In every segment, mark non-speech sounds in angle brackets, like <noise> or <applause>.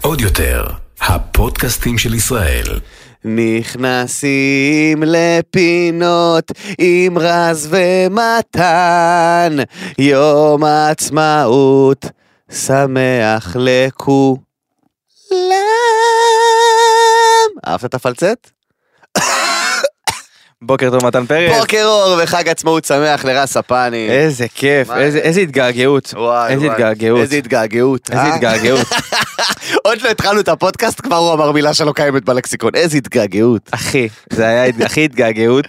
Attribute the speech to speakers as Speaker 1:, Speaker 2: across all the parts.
Speaker 1: עוד יותר, הפודקאסטים של ישראל.
Speaker 2: נכנסים לפינות עם רז ומתן, יום עצמאות שמח לכולם. אהבת את הפלצט?
Speaker 3: בוקר טוב מתן פרץ.
Speaker 2: בוקר אור וחג עצמאות שמח לרז ספני.
Speaker 3: איזה כיף,
Speaker 2: מה אה? זה?
Speaker 3: איזה איזה התגעגעות.
Speaker 2: וואי,
Speaker 3: איזה
Speaker 2: וואי.
Speaker 3: התגעגעות.
Speaker 2: איזה התגעגעות.
Speaker 3: איזה
Speaker 2: אה? <laughs>
Speaker 3: התגעגעות.
Speaker 2: עוד לא התחלנו את הפודקאסט, כבר הוא אמר מילה שלא קיימת בלקסיקון. איזה התגעגעות.
Speaker 3: אחי, זה היה הת- הכי התגעגעות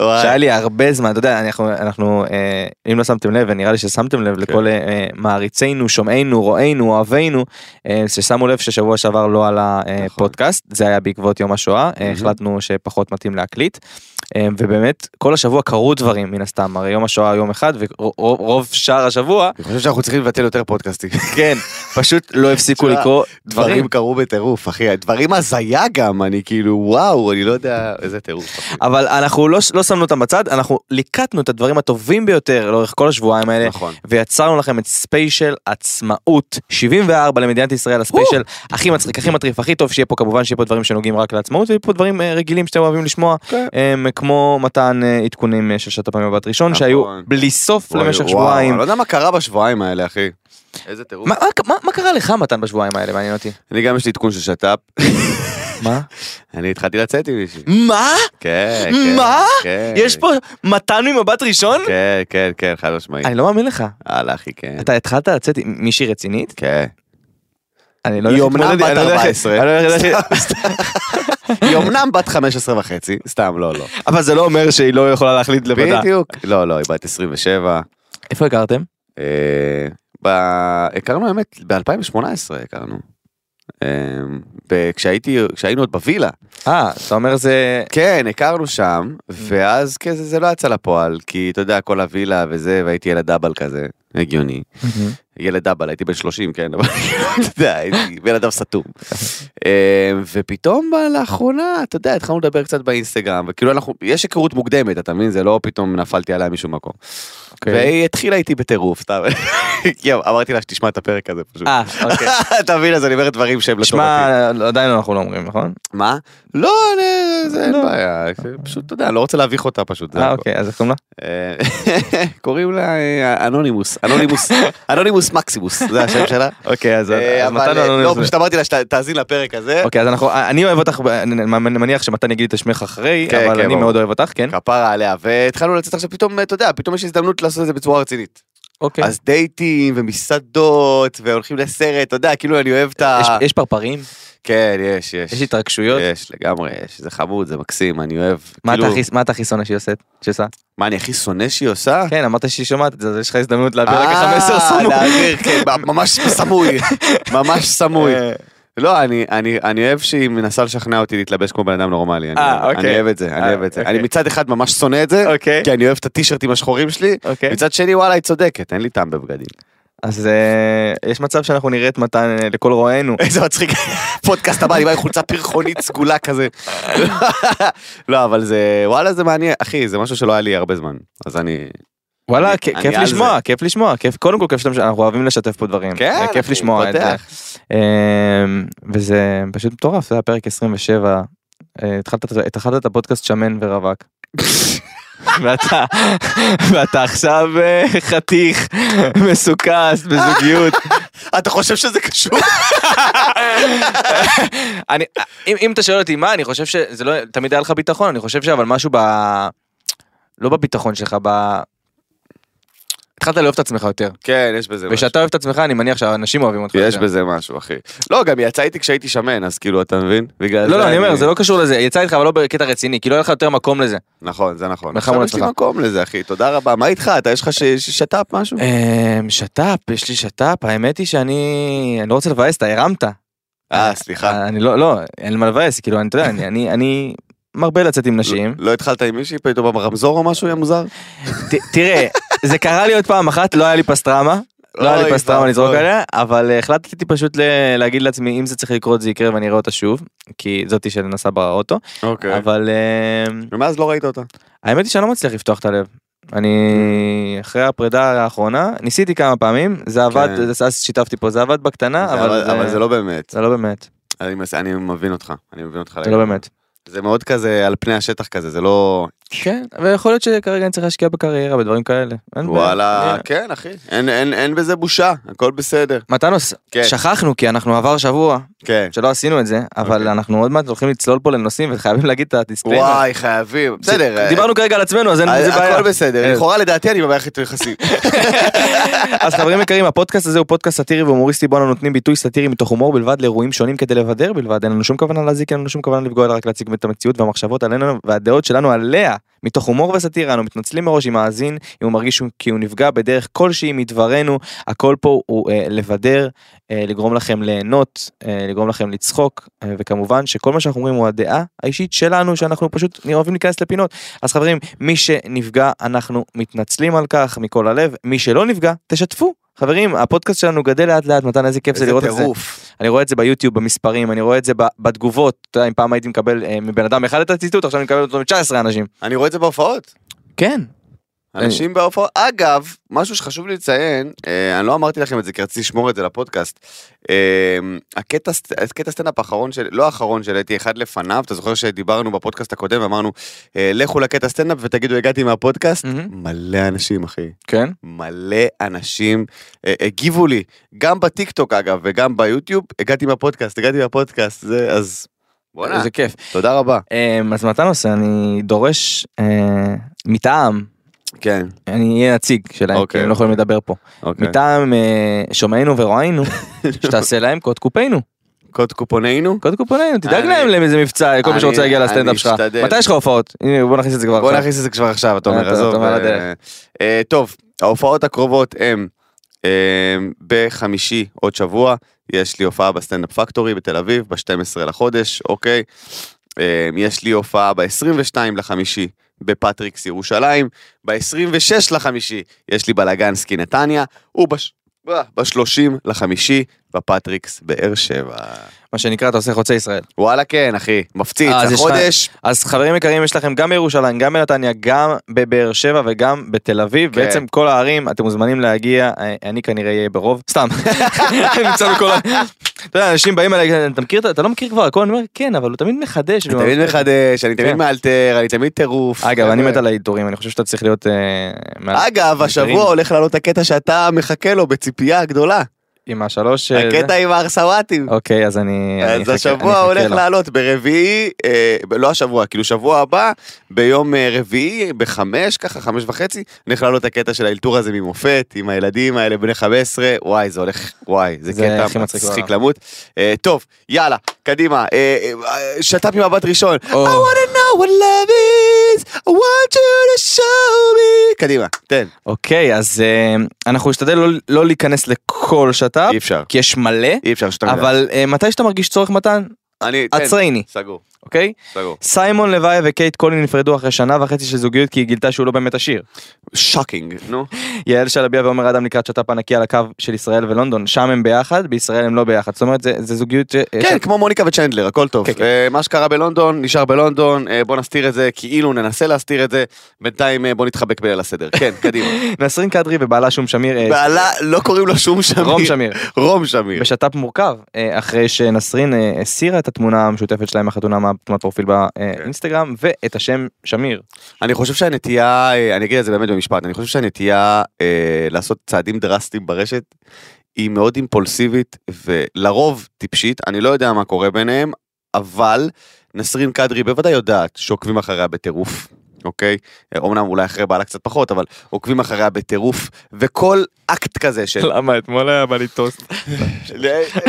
Speaker 2: וואי.
Speaker 3: שהיה לי הרבה זמן, אתה יודע, אנחנו, אנחנו אה, אם לא שמתם לב, ונראה לי ששמתם
Speaker 2: כן.
Speaker 3: לב לכל אה, אה, מעריצינו, שומעינו, רואינו, אוהבינו, אה, ששמו לב ששבוע שעבר לא עלה אה,
Speaker 2: נכון.
Speaker 3: פודקאסט, זה היה בעקבות יום השואה, אה,
Speaker 2: מהמם.
Speaker 3: החלטנו שפחות מתאים להקליט, אה, ובאמת, כל השבוע קרו דברים מן הסתם, הרי יום השואה יום אחד, ורוב
Speaker 2: <laughs>
Speaker 3: שאר השבוע,
Speaker 2: אני חושב שאנחנו צריכים לבטל יותר פודקאסטים.
Speaker 3: כן, פשוט לא הפסיקו
Speaker 2: תשמע,
Speaker 3: לקרוא דברים.
Speaker 2: דברים קרו בטירוף, אחי. דברים הזיה גם, אני כאילו, וואו, אני לא יודע איזה טירוף. אחי.
Speaker 3: אבל אנחנו לא, לא שמנו אותם בצד, אנחנו ליקטנו את הדברים הטובים ביותר לאורך כל השבועיים האלה,
Speaker 2: נכון.
Speaker 3: ויצרנו לכם את ספיישל עצמאות 74 למדינת ישראל הספיישל הכי מצחיק הכי מטריף הכי טוב שיהיה פה כמובן שיהיה פה דברים שנוגעים רק לעצמאות ויהיו פה דברים אה, רגילים שאתם אוהבים לשמוע
Speaker 2: כן.
Speaker 3: אה, כמו מתן אה, עדכונים אה, של שעת הפעמים בבת ראשון
Speaker 2: נכון.
Speaker 3: שהיו בלי סוף
Speaker 2: וואי,
Speaker 3: למשך
Speaker 2: וואו,
Speaker 3: שבועיים.
Speaker 2: אני לא יודע מה קרה בשבועיים האלה, אחי. איזה טירוף.
Speaker 3: מה- מה- מה קרה לך מתן בשבועיים האלה מעניין אותי?
Speaker 2: אני גם יש לי עדכון של שת"פ.
Speaker 3: מה?
Speaker 2: אני התחלתי לצאת עם מישהי.
Speaker 3: מה?
Speaker 2: כן, כן.
Speaker 3: מה?
Speaker 2: כן.
Speaker 3: יש פה מתן ממבט ראשון?
Speaker 2: כן, כן, כן, חד משמעית.
Speaker 3: אני לא מאמין לך.
Speaker 2: הלאה, אחי, כן.
Speaker 3: אתה התחלת לצאת עם מישהי רצינית? <laughs>
Speaker 2: כן.
Speaker 3: אני לא
Speaker 2: היא
Speaker 3: הולך
Speaker 2: אומנם
Speaker 3: להתמודד-
Speaker 2: בת
Speaker 3: אני לא הולך-
Speaker 2: 14.
Speaker 3: אני לא הולך-
Speaker 2: סתם, סתם. היא אומנם בת 15 וחצי, סתם, לא, לא.
Speaker 3: אבל זה לא אומר שהיא לא יכולה להחליט לבדה.
Speaker 2: בדיוק. לא, לא, היא בת 27.
Speaker 3: איפה הכרתם?
Speaker 2: אה, ב- הכרנו האמת ב-2018 הכרנו. אה, ב- כשהייתי כשהיינו עוד בווילה
Speaker 3: אה, אתה אומר זה...
Speaker 2: כן הכרנו שם ואז כזה זה לא יצא לפועל כי אתה יודע כל הווילה וזה והייתי ילד דאבל כזה הגיוני ילד דאבל הייתי בן 30 כן אבל <laughs> כאילו, אתה יודע הייתי בן אדם סתום אה, ופתאום ב- לאחרונה אתה יודע התחלנו לדבר קצת באינסטגרם וכאילו אנחנו יש היכרות מוקדמת אתה מבין זה לא פתאום נפלתי עליה משום מקום.
Speaker 3: אוקיי.
Speaker 2: והיא התחילה איתי בטירוף, סתם. <laughs> כי אמרתי לה שתשמע את הפרק הזה פשוט. כן.
Speaker 3: אה, אוקיי.
Speaker 2: <laughs> אתה מבין, אז אני אומר דברים שהם
Speaker 3: <laughs> שמע,
Speaker 2: לטובתי.
Speaker 3: עדיין אנחנו לא אומרים, נכון?
Speaker 2: מה? לא, אני- זה אין
Speaker 3: לא.
Speaker 2: בעיה, פשוט, אתה יודע, אני לא רוצה להביך אותה פשוט. זה
Speaker 3: אה,
Speaker 2: הכל.
Speaker 3: אוקיי, אז איך קוראים לה?
Speaker 2: אה, <laughs> קוראים לה אה, אנונימוס, אנונימוס,
Speaker 3: <laughs>
Speaker 2: אנונימוס מקסימוס, זה השם שלה.
Speaker 3: אוקיי, אז
Speaker 2: אה,
Speaker 3: אז
Speaker 2: אבל,
Speaker 3: מתן
Speaker 2: אה,
Speaker 3: אלון
Speaker 2: לא,
Speaker 3: יוזמן.
Speaker 2: פשוט אמרתי לה שתאזין לפרק הזה.
Speaker 3: אוקיי, אז אנחנו... אני אוהב אותך, אני מניח שמתן יגיד את שמך אחרי,
Speaker 2: כן,
Speaker 3: אבל
Speaker 2: כן,
Speaker 3: אני
Speaker 2: ברור.
Speaker 3: מאוד אוהב אותך, כן?
Speaker 2: כפרה עליה, והתחלנו לצאת עכשיו פתאום, אתה יודע, פתאום יש הזדמנות לעשות את זה בצורה רצינית.
Speaker 3: אוקיי.
Speaker 2: אז דייטים ומסעדות והולכים לסרט, אתה יודע, כאילו אני אוהב את ה...
Speaker 3: יש- יש פרפרים?
Speaker 2: כן, יש, יש.
Speaker 3: יש התרגשויות?
Speaker 2: יש, לגמרי, יש. זה חמוד, זה מקסים, אני אוהב.
Speaker 3: מה
Speaker 2: כאילו,
Speaker 3: אתה הכי- מה אתה הכי שונא שהיא עושה? שעושה?
Speaker 2: מה, אני הכי שונא שהיא עושה?
Speaker 3: כן, אמרת שהיא שומעת את זה, אז יש לך הזדמנות להעביר רק ככה מסר
Speaker 2: אה,
Speaker 3: סמור.
Speaker 2: להעביר, כן, ממש סמוי, ממש סמוי.
Speaker 3: אה,
Speaker 2: לא, אני, אני, אני אוהב שהיא מנסה לשכנע אותי להתלבש כמו בן אדם נורמלי. אני,
Speaker 3: אה, אוקיי.
Speaker 2: אני אוהב את זה, אני
Speaker 3: אה,
Speaker 2: אוהב את זה.
Speaker 3: אוקיי.
Speaker 2: אני מצד אחד ממש שונא את זה,
Speaker 3: אוקיי.
Speaker 2: כי אני אוהב את הטישרטים השחורים שלי,
Speaker 3: אוקיי.
Speaker 2: מצד שני, וואלה, היא צודקת, אין לי טעם בבגדים.
Speaker 3: אז אה, יש מצב שאנחנו נראה את מתן אה, לכל רואינו.
Speaker 2: איזה מצחיק, פודקאסט הבא, אני בא עם חולצה פרחונית סגולה כזה. לא, אבל זה, וואלה, זה מעניין, אחי, זה משהו שלא היה לי הרבה זמן, אז אני...
Speaker 3: וואלה,
Speaker 2: אני-
Speaker 3: כ-
Speaker 2: אני
Speaker 3: כיף
Speaker 2: על
Speaker 3: לשמוע, כיף לשמוע, כיף, קודם כל כיף שאתם, אנחנו אוהבים לשתף פה דברים,
Speaker 2: כן,
Speaker 3: אה, כיף
Speaker 2: אחי,
Speaker 3: לשמוע את זה,
Speaker 2: פותח.
Speaker 3: אמ, וזה פשוט מטורף, זה היה פרק 27, אה, התחלת את- התחלת את הפודקאסט שמן
Speaker 2: <laughs>
Speaker 3: ורווק, ואתה, ואתה עכשיו אה, חתיך, מסוכס, בזוגיות,
Speaker 2: <laughs> אתה חושב שזה קשור?
Speaker 3: <laughs> אני, אם, אם אתה שואל אותי מה, אני חושב שזה לא, תמיד היה לך ביטחון, אני חושב שאבל משהו ב... לא בביטחון שלך, ב... התחלת לאהוב את עצמך יותר.
Speaker 2: כן, יש בזה משהו.
Speaker 3: וכשאתה אוהב את עצמך, אני מניח שהאנשים אוהבים אותך.
Speaker 2: יש
Speaker 3: יותר.
Speaker 2: בזה משהו, אחי. לא, גם יצא איתי כשהייתי שמן, אז כאילו, אתה מבין? בגלל
Speaker 3: לא, לא, אני אומר, זה לא קשור לזה, יצא איתך אבל לא בקטע רציני, כי לא היה לך יותר מקום לזה.
Speaker 2: נכון, זה נכון.
Speaker 3: מלחמה
Speaker 2: עכשיו יש לי
Speaker 3: בהצלחה.
Speaker 2: מקום לזה, אחי, תודה רבה. מה איתך? אתה, יש לך ש- ש- שת"פ משהו?
Speaker 3: אמ, שת"פ, יש לי שת"פ, האמת היא שאני... אני לא רוצה לבאס, אתה הרמת.
Speaker 2: אה, סליחה.
Speaker 3: אני לא, לא, אין לי מה לבאס, כאילו, אני, אתה יודע, אני- אני... אני מרבה לצאת עם נשים.
Speaker 2: לא התחלת עם מישהי פתאום ברמזור או משהו, יא מוזר?
Speaker 3: ת- תראה, זה קרה לי עוד פעם אחת, לא היה לי פסטרמה. לא היה
Speaker 2: אוי,
Speaker 3: לי פסטרמה
Speaker 2: ואבוי.
Speaker 3: לזרוק עליה, אבל אה, החלטתי פשוט ל- להגיד לעצמי, אם זה צריך לקרות זה יקרה ואני אראה אותה שוב, כי זאתי שנסעה באוטו,
Speaker 2: אוקיי.
Speaker 3: אבל אמ,
Speaker 2: ומאז לא ראית אותה.
Speaker 3: האמת היא שאני לא מצליח לפתוח את הלב. אני
Speaker 2: Mm.
Speaker 3: אחרי הפרידה האחרונה ניסיתי כמה פעמים זה עבד
Speaker 2: כן.
Speaker 3: זה- אז שיתפתי פה זה עבד בקטנה
Speaker 2: אבל אבל זה לא באמת.
Speaker 3: אה, זה לא באמת
Speaker 2: אני מס- אני מבין אותך. אני מבין אותך.
Speaker 3: זה לא
Speaker 2: לגמרי.
Speaker 3: באמת.
Speaker 2: זה מאוד כזה על פני השטח כזה, זה לא...
Speaker 3: כן ויכול להיות שכרגע אני צריך להשקיע בקריירה בדברים כאלה. אין בעיה.
Speaker 2: וואלה,
Speaker 3: אני-
Speaker 2: כן אחי. אין- אין אין בזה בושה, הכל בסדר.
Speaker 3: מתנוס
Speaker 2: כן.
Speaker 3: שכחנו כי אנחנו עבר שבוע
Speaker 2: כן.
Speaker 3: שלא עשינו את זה אבל
Speaker 2: אוקיי.
Speaker 3: אנחנו עוד מעט הולכים לצלול פה לנושאים וחייבים להגיד את הדיסקליימר.
Speaker 2: וואי, חייבים. בסדר. אה,
Speaker 3: דיברנו כרגע על עצמנו אז אין
Speaker 2: אה,
Speaker 3: איזה בעיה.
Speaker 2: הכל בסדר.
Speaker 3: אה.
Speaker 2: לכאורה לדעתי אני במערכת יחסים.
Speaker 3: אז חברים יקרים הפודקאסט הזה הוא פודקאסט סאטירי והומוריסטי בו אנו נותנים ביטוי סאטירי מתוך הומור בלבד לאירועים שונים כדי לבדר בלבד אין לנו שום כוונה להזיק אין לנו שום כוונה לפגוע אלא רק להציג את המציאות והמחשבות עלינו והדעות שלנו עליה מתוך הומור וסאטירה אנו מתנצלים מראש אם מאזין אם הוא מרגיש שהוא- כי הוא נפגע בדרך כלשהי מדברנו הכל פה הוא אה, לבדר אה, לגרום לכם ליהנות אה, לגרום לכם לצחוק אה, וכמובן שכל מה שאנחנו אומרים הוא הדעה האישית שלנו שאנחנו פשוט אוהבים להיכנס לפינות אז חברים, מי שנפגע, אנחנו מתנצלים על כך מכל הלב. מי שלא נפגע, תשתפו. חברים, הפודקאסט שלנו גדל לאט לאט, מתן, איזה כיף זה לראות את זה.
Speaker 2: טירוף.
Speaker 3: אני רואה את זה ביוטיוב, במספרים, אני רואה את זה ב- בתגובות. אתה יודע, אם פעם הייתי מקבל אה, מבן אדם אחד את הציטוט, עכשיו אני מקבל אותו מ-19 אנשים.
Speaker 2: אני רואה את זה בהופעות.
Speaker 3: כן.
Speaker 2: אנשים בהופעות, אגב, משהו שחשוב לי לציין, אה, אני לא אמרתי לכם את זה כי רציתי לשמור את זה לפודקאסט. אה, הקטע סט- הקטע סטנדאפ האחרון, של- לא האחרון שהעליתי, אחד לפניו, אתה זוכר שדיברנו בפודקאסט הקודם ואמרנו, אה, לכו לקטע סטנדאפ ותגידו הגעתי מהפודקאסט?
Speaker 3: מהמם.
Speaker 2: מלא אנשים אחי,
Speaker 3: כן.
Speaker 2: מלא אנשים אה, הגיבו לי, גם בטיקטוק אגב וגם ביוטיוב, הגעתי מהפודקאסט, הגעתי מהפודקאסט, זה אז, בואנה,
Speaker 3: זה כיף.
Speaker 2: תודה רבה.
Speaker 3: אה, אז מתן עושה, אני דורש אה, מטעם,
Speaker 2: כן,
Speaker 3: אני אהיה נציג שלהם, כי
Speaker 2: אוקיי.
Speaker 3: הם לא יכולים לדבר פה.
Speaker 2: אוקיי. <laughs>
Speaker 3: מטעם אה, שומעינו ורואינו, שתעשה להם קוד קופינו.
Speaker 2: קוד קופוננו?
Speaker 3: קודם כל פונה, תדאג
Speaker 2: אני-
Speaker 3: להם לאיזה מבצע, כל מי
Speaker 2: אני-
Speaker 3: שרוצה להגיע
Speaker 2: אני
Speaker 3: לסטנדאפ שלך.
Speaker 2: אשתדל.
Speaker 3: מתי יש לך הופעות? הנה בוא נכניס את זה כבר
Speaker 2: בוא
Speaker 3: עכשיו.
Speaker 2: נכניס את זה כבר עכשיו, אתה אומר,
Speaker 3: אוקיי. אתה-
Speaker 2: עזוב.
Speaker 3: אתה אומר
Speaker 2: אה,
Speaker 3: לדרך.
Speaker 2: אה, טוב, ההופעות הקרובות הן אה, בחמישי עוד שבוע, יש לי הופעה בסטנדאפ פקטורי בתל אביב, ב-12 לחודש, אוקיי. אה, יש לי הופעה ב-22 לחמישי בפטריקס ירושלים, ב-26 לחמישי יש לי בלאגנסקי נתניה, וב-30 לחמישי בפטריקס באר שבע.
Speaker 3: מה שנקרא אתה עושה חוצה ישראל.
Speaker 2: וואלה כן, אחי, מפציץ,
Speaker 3: אה, אז יש לך-
Speaker 2: החודש.
Speaker 3: אז חברים יקרים יש לכם גם בירושלים, גם בנתניה, גם בבאר שבע וגם בתל אביב.
Speaker 2: כן.
Speaker 3: בעצם כל הערים אתם מוזמנים להגיע, אה, אני כנראה אהיה ברוב, סתם. <laughs> אני נמצא בכל ה... אתה יודע, אנשים באים אליי, אתה מכיר, את ה- אתה לא מכיר כבר הכל? אני אומר כן, אבל הוא תמיד מחדש.
Speaker 2: אני תמיד מחדש, כן. אני תמיד
Speaker 3: לא. כן.
Speaker 2: מאלתר, אני תמיד טירוף.
Speaker 3: אגב, אני
Speaker 2: חבר'ה.
Speaker 3: מת על העיטורים, אני חושב שאתה צריך להיות... אה, מעל-
Speaker 2: אגב, השבוע
Speaker 3: מכירים?
Speaker 2: הולך לעלות הקטע שאתה מחכה לו בציפייה גדולה.
Speaker 3: עם השלוש... אה,
Speaker 2: הקטע
Speaker 3: זה.
Speaker 2: עם ההרסוואטים.
Speaker 3: אוקיי, אז אני... אני
Speaker 2: אז
Speaker 3: אחכה-
Speaker 2: השבוע
Speaker 3: אני אחכה
Speaker 2: הולך
Speaker 3: לו.
Speaker 2: לעלות ברביעי, אה, ב- לא השבוע, כאילו שבוע הבא, ביום אה, רביעי, בחמש, ככה, חמש וחצי, הולך לעלות הקטע של האלתור הזה ממופת, עם הילדים האלה בני 15, וואי, זה הולך, וואי, זה
Speaker 3: זה
Speaker 2: קטע
Speaker 3: הכי מצחיק
Speaker 2: מצחיק
Speaker 3: בעולם.
Speaker 2: למות. אה, טוב, יאללה, קדימה, אה, אה, שת"פ עם מבט ראשון. I
Speaker 3: או.
Speaker 2: wanna know what love is, I want you to show me. קדימה, תן,
Speaker 3: אוקיי, אז אה, אנחנו נשתדל לא- לא להיכנס לכל שת"פ,
Speaker 2: אי אפשר.
Speaker 3: כי יש מלא,
Speaker 2: אי אפשר שאתה מבין.
Speaker 3: אבל אה, מתי שאתה מרגיש צורך מתן,
Speaker 2: אני, תן.
Speaker 3: עצרני,
Speaker 2: סגור,
Speaker 3: אוקיי?
Speaker 2: סגור.
Speaker 3: סיימון לוואי וקייט קולין נפרדו אחרי שנה וחצי של זוגיות כי היא גילתה שהוא לא באמת עשיר.
Speaker 2: שוקינג, נו.
Speaker 3: יעל שלביה ועומר אדם לקראת שת"פ ענקי על הקו של ישראל ולונדון, שם הם ביחד, בישראל הם לא ביחד. זאת אומרת, זה זה זוגיות... ש- אה,
Speaker 2: כן,
Speaker 3: ש-
Speaker 2: כמו מוניקה וצ'נדלר, הכל טוב.
Speaker 3: כן, כן.
Speaker 2: אה, מה שקרה בלונדון, נשאר בלונדון, אה, בוא נסתיר את זה, כאילו ננסה להסתיר את זה, בינתיים אה, בוא נתחבק בליל הסדר. כן, קדימה.
Speaker 3: נסרין קדרי ובעלה שום שמיר, <laughs> אה,
Speaker 2: בעלה, לא קוראים לו שום שמיר.
Speaker 3: רום שמיר.
Speaker 2: רום שמיר.
Speaker 3: בשת"פ מורכב אה, אחרי שנסרין אה, הסירה את התמונה המשותפת שלהם מהחתונה מהתמונת פרופיל באינסטגרם
Speaker 2: כן.
Speaker 3: ואת השם שמיר.
Speaker 2: אני חושב שהנטייה, אה, אני אגיד את זה באמת במשפט, אני חושב שהנטייה אה, לעשות צעדים דרסטיים ברשת, היא מאוד אימפולסיבית ולרוב טיפשית, אני לא יודע מה קורה ביניהם, אבל נסרין קדרי בוודאי יודעת שעוקבים אחריה בטירוף, אוקיי? אה, אומנם אולי אחרי בעלה קצת פחות, אבל עוקבים אחריה בטירוף, וכל אקט כזה של...
Speaker 3: למה אתמול היה בא לי טוסט.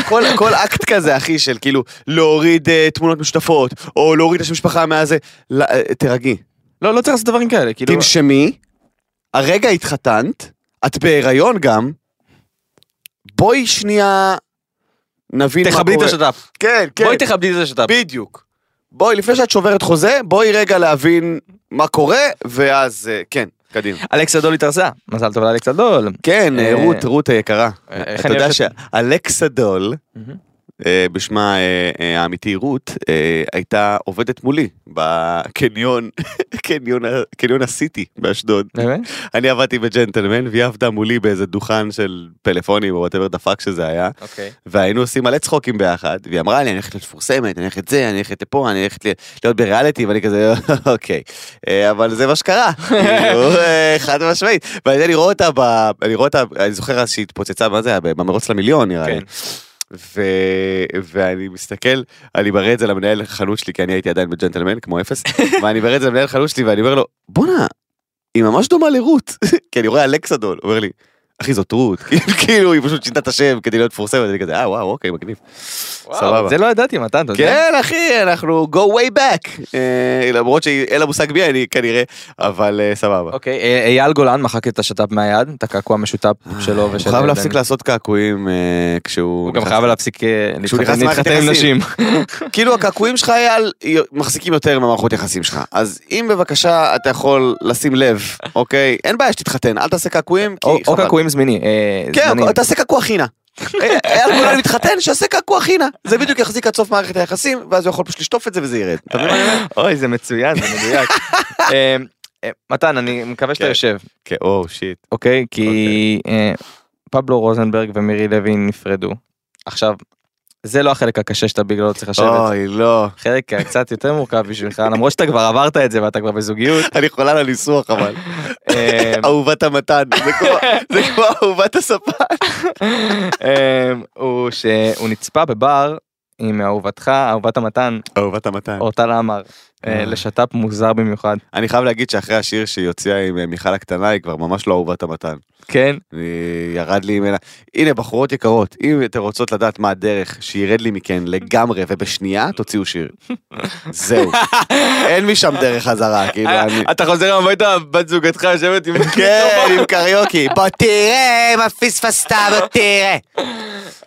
Speaker 2: כל, כל אקט כזה, אחי, של כאילו להוריד אה, תמונות משותפות, או להוריד את השם משפחה מהזה, לא, אה, תירגעי.
Speaker 3: לא, לא צריך לעשות דברים כאלה, כאילו...
Speaker 2: תנשמי, הרגע התחתנת, את בהיריון גם, בואי שנייה נבין מה קורה.
Speaker 3: תכבדי את השת"פ.
Speaker 2: כן, כן,
Speaker 3: בואי תכבדי את השת"פ.
Speaker 2: בדיוק. בואי, לפני שאת שוברת חוזה, בואי רגע להבין מה קורה, ואז, אה, כן, קדימה.
Speaker 3: אלכסה דול התארסה. מזל טוב לאלכסה דול.
Speaker 2: כן, אה,
Speaker 3: אה,
Speaker 2: רות, רות היקרה.
Speaker 3: אה, איך
Speaker 2: אתה
Speaker 3: אני
Speaker 2: יודע
Speaker 3: אוהב
Speaker 2: שאלכסה דול, אה, בשמה אה, אה, האמיתי רות, אה, הייתה עובדת מולי בקניון, <laughs> קניון, ה- קניון הסיטי באשדוד.
Speaker 3: באמת?
Speaker 2: אני עבדתי בג'נטלמן והיא עבדה מולי באיזה דוכן של פלאפונים או וואטאבר דפק שזה היה.
Speaker 3: אוקיי.
Speaker 2: והיינו עושים מלא צחוקים ביחד, והיא אמרה לי, אני הולכת להיות מפורסמת, אני הולכת זה, אני הולכת לפה, אני הולכת ל- להיות בריאליטי, ואני כזה, <laughs> אוקיי. אה, אבל זה מה שקרה, כאילו, אה, חד משמעית. ואני רואה אותה, ב- אני רואה אותה, אני זוכר אז שהיא התפוצצה, מה זה היה, במרוץ למיליון נראה לי.
Speaker 3: כן.
Speaker 2: ו... ואני מסתכל, אני מראה את זה למנהל חנות שלי, כי אני הייתי עדיין בג'נטלמן, כמו אפס, ואני מראה את זה למנהל חנות שלי, ואני אומר לו, בואנה, היא ממש דומה לרות, <laughs> כי אני רואה אלכסדול, הוא אומר לי, אחי זאת רות, <laughs> כאילו היא פשוט שינתה את השם כדי להיות מפורסמת, אני כזה, אה וואו, אוקיי, מגניב. סבבה.
Speaker 3: זה לא ידעתי מתן, אתה יודע?
Speaker 2: כן אחי, אנחנו go way back, אה, למרות שאין לה מושג מי אני כנראה, אבל אה, סבבה.
Speaker 3: אוקיי, אה, אייל גולן מחק את השת"פ מהיד, את הקעקוע המשותף שלו
Speaker 2: אה, הוא
Speaker 3: ושל...
Speaker 2: חייב
Speaker 3: בן.
Speaker 2: להפסיק לעשות קעקועים אה, כשהוא...
Speaker 3: הוא גם
Speaker 2: נכנס-
Speaker 3: חייב להפסיק אה,
Speaker 2: כשהוא
Speaker 3: להתחתן
Speaker 2: נכנס למערכת
Speaker 3: להתחתן עם
Speaker 2: יחסים.
Speaker 3: נשים.
Speaker 2: <laughs> כאילו הקעקועים שלך אייל מחזיקים יותר ממערכות יחסים שלך אז אם בבקשה אתה יכול לשים לב אוקיי אין בעיה שתתחתן אל תעשה קעקועים כי
Speaker 3: או- או
Speaker 2: חבל.
Speaker 3: קעקועים זמיני. אה,
Speaker 2: כן
Speaker 3: זמניים.
Speaker 2: או- תעשה קעקוע חינה. <laughs> אה, אייל גולן מתחתן שיעשה קעקוע חינה זה בדיוק יחזיק עד סוף מערכת היחסים ואז הוא יכול פשוט לשטוף את זה וזה ירד. אתה מבין מה אני אומר?
Speaker 3: אוי, זה מצוין, זה
Speaker 2: <laughs>
Speaker 3: מדויק. אה, אה, מתן, אני מקווה שאתה
Speaker 2: כן.
Speaker 3: יושב,
Speaker 2: כן, או שיט.
Speaker 3: אוקיי? כי אה, פבלו רוזנברג ומירי לוי נפרדו. עכשיו, זה לא החלק הקשה שאתה בגללו צריך לשבת.
Speaker 2: אוי לא.
Speaker 3: חלק קצת יותר מורכב בשבילך, למרות שאתה כבר עברת את זה ואתה כבר
Speaker 2: <laughs>
Speaker 3: בזוגיות.
Speaker 2: <laughs> אני חולה על הניסוח <laughs> אבל.
Speaker 3: אה,
Speaker 2: אהובת המתן. זה <laughs> כמו- זה כמו אהובת הספה.
Speaker 3: אמ, הוא שהוא נצפה בבר עם אהובתך, אהובת המתן,
Speaker 2: אהובת המתן.
Speaker 3: אורטל עמר, אה, לשת"פ מוזר במיוחד.
Speaker 2: אני חייב להגיד שאחרי השיר שהיא הוציאה עם אה, מיכל הקטנה היא כבר ממש לא אהובת המתן.
Speaker 3: כן?
Speaker 2: אני- ירד לי ממנה. הנה, בחורות יקרות, אם אתן רוצות לדעת מה הדרך שירד לי מכן לגמרי ובשנייה, תוציאו <laughs> שיר. זהו. אין משם דרך <laughs> חזרה, כאילו, אני...
Speaker 3: אה, אתה חוזר הביתה, בת זוגתך יושבת <laughs>
Speaker 2: <laughs>
Speaker 3: עם...
Speaker 2: כן, עם קריוקי. <laughs> בוא תראה מה פספסת, בוא תראה.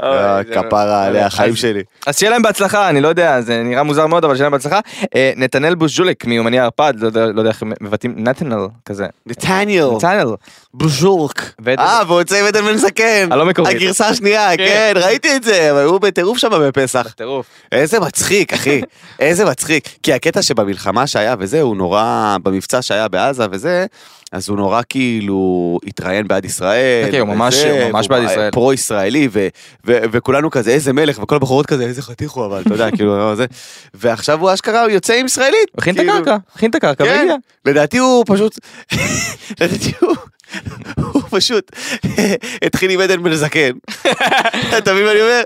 Speaker 2: אה, כפרה עליה, החיים שלי.
Speaker 3: לא- אז שיהיה להם בהצלחה, אני לא יודע, זה נראה מוזר מאוד, אבל שיהיה להם בהצלחה. אה, נתנאל בוז'וליק מיומני הערפד, לא יודע לא יודע איך מבטאים, נתנאל כזה.
Speaker 2: נתניהו,
Speaker 3: נתנאל.
Speaker 2: בוז'ורק.
Speaker 3: ועדן-
Speaker 2: אה, והוצא עם עדן בן זקן.
Speaker 3: הלא מקורית.
Speaker 2: הגרסה השנייה, כן, ראיתי את זה, אבל הוא בטירוף שם בפסח.
Speaker 3: טירוף.
Speaker 2: איזה מצחיק,
Speaker 3: <laughs>
Speaker 2: אחי. איזה מצחיק. כי הקטע שבמלחמה שהיה וזה, הוא נורא, במבצע שהיה בעזה וזה, אז הוא נורא כאילו התראיין בעד ישראל.
Speaker 3: כן, הוא ממש-
Speaker 2: וזה,
Speaker 3: הוא ממש
Speaker 2: והוא
Speaker 3: בעד ישראל.
Speaker 2: פרו-ישראלי, ו- ו- וכולנו כזה, איזה מלך, וכל הבחורות כזה, איזה חתיך הוא, אבל אתה
Speaker 3: <laughs>
Speaker 2: יודע, כאילו, לא, זה. ועכשיו הוא אשכרה הוא יוצא עם ישראלית.
Speaker 3: הכין את
Speaker 2: כאילו.
Speaker 3: הקרקע, הכין את הקרקע
Speaker 2: כן,
Speaker 3: והגיע.
Speaker 2: לדעתי הוא פשוט, <laughs> לדעתי הוא, הוא פשוט <laughs> התחיל עם עדן בן זקן, <laughs> אתה מבין מה אני אומר?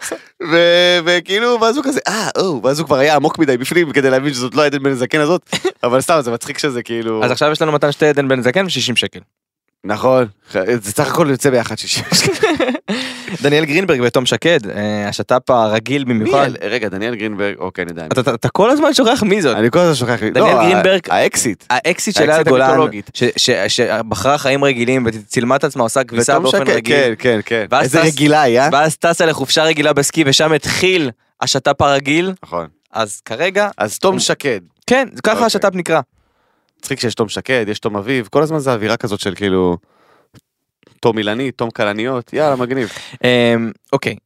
Speaker 2: ו- וכאילו, ואז הוא כזה, אה, או, ואז הוא כבר היה עמוק מדי בפנים כדי להבין שזאת לא עדן בן זקן הזאת,
Speaker 3: <laughs>
Speaker 2: אבל סתם, זה מצחיק שזה כאילו,
Speaker 3: אז עכשיו יש לנו מתן שתי עדן בן זקן ו-60 שקל.
Speaker 2: נכון, זה סך הכל יוצא ביחד שישים
Speaker 3: <laughs> דניאל גרינברג ותום שקד, אה, השת"פ הרגיל במיוחד.
Speaker 2: רגע, דניאל גרינברג, אוקיי, אני יודע.
Speaker 3: אתה- אתה- אתה כל הזמן שוכח מי זאת.
Speaker 2: אני כל הזמן שוכח, לי-
Speaker 3: דניאל
Speaker 2: לא,
Speaker 3: גרינברג-
Speaker 2: האקסיט.
Speaker 3: האקסיט של
Speaker 2: האקסיט
Speaker 3: אייל גולן,
Speaker 2: המיתולוגית.
Speaker 3: ש- ש- שבחרה חיים רגילים וצילמה את עצמה, עושה כביסה
Speaker 2: ותום
Speaker 3: באופן
Speaker 2: שקד,
Speaker 3: רגיל.
Speaker 2: כן, כן, כן.
Speaker 3: ואז
Speaker 2: איזה
Speaker 3: טס-
Speaker 2: רגילה היא, אה?
Speaker 3: ואז טסה לחופשה רגילה בסקי ושם התחיל השת"פ הרגיל,
Speaker 2: נכון.
Speaker 3: אז כרגע,
Speaker 2: אז תום שקד,
Speaker 3: כן, ככה
Speaker 2: אוקיי.
Speaker 3: השת"פ נקרא.
Speaker 2: מצחיק שיש תום שקד, יש תום אביב, כל הזמן זה אווירה כזאת של כאילו... תום אילני, תום כלניות, יאללה מגניב.
Speaker 3: אמ, אוקיי,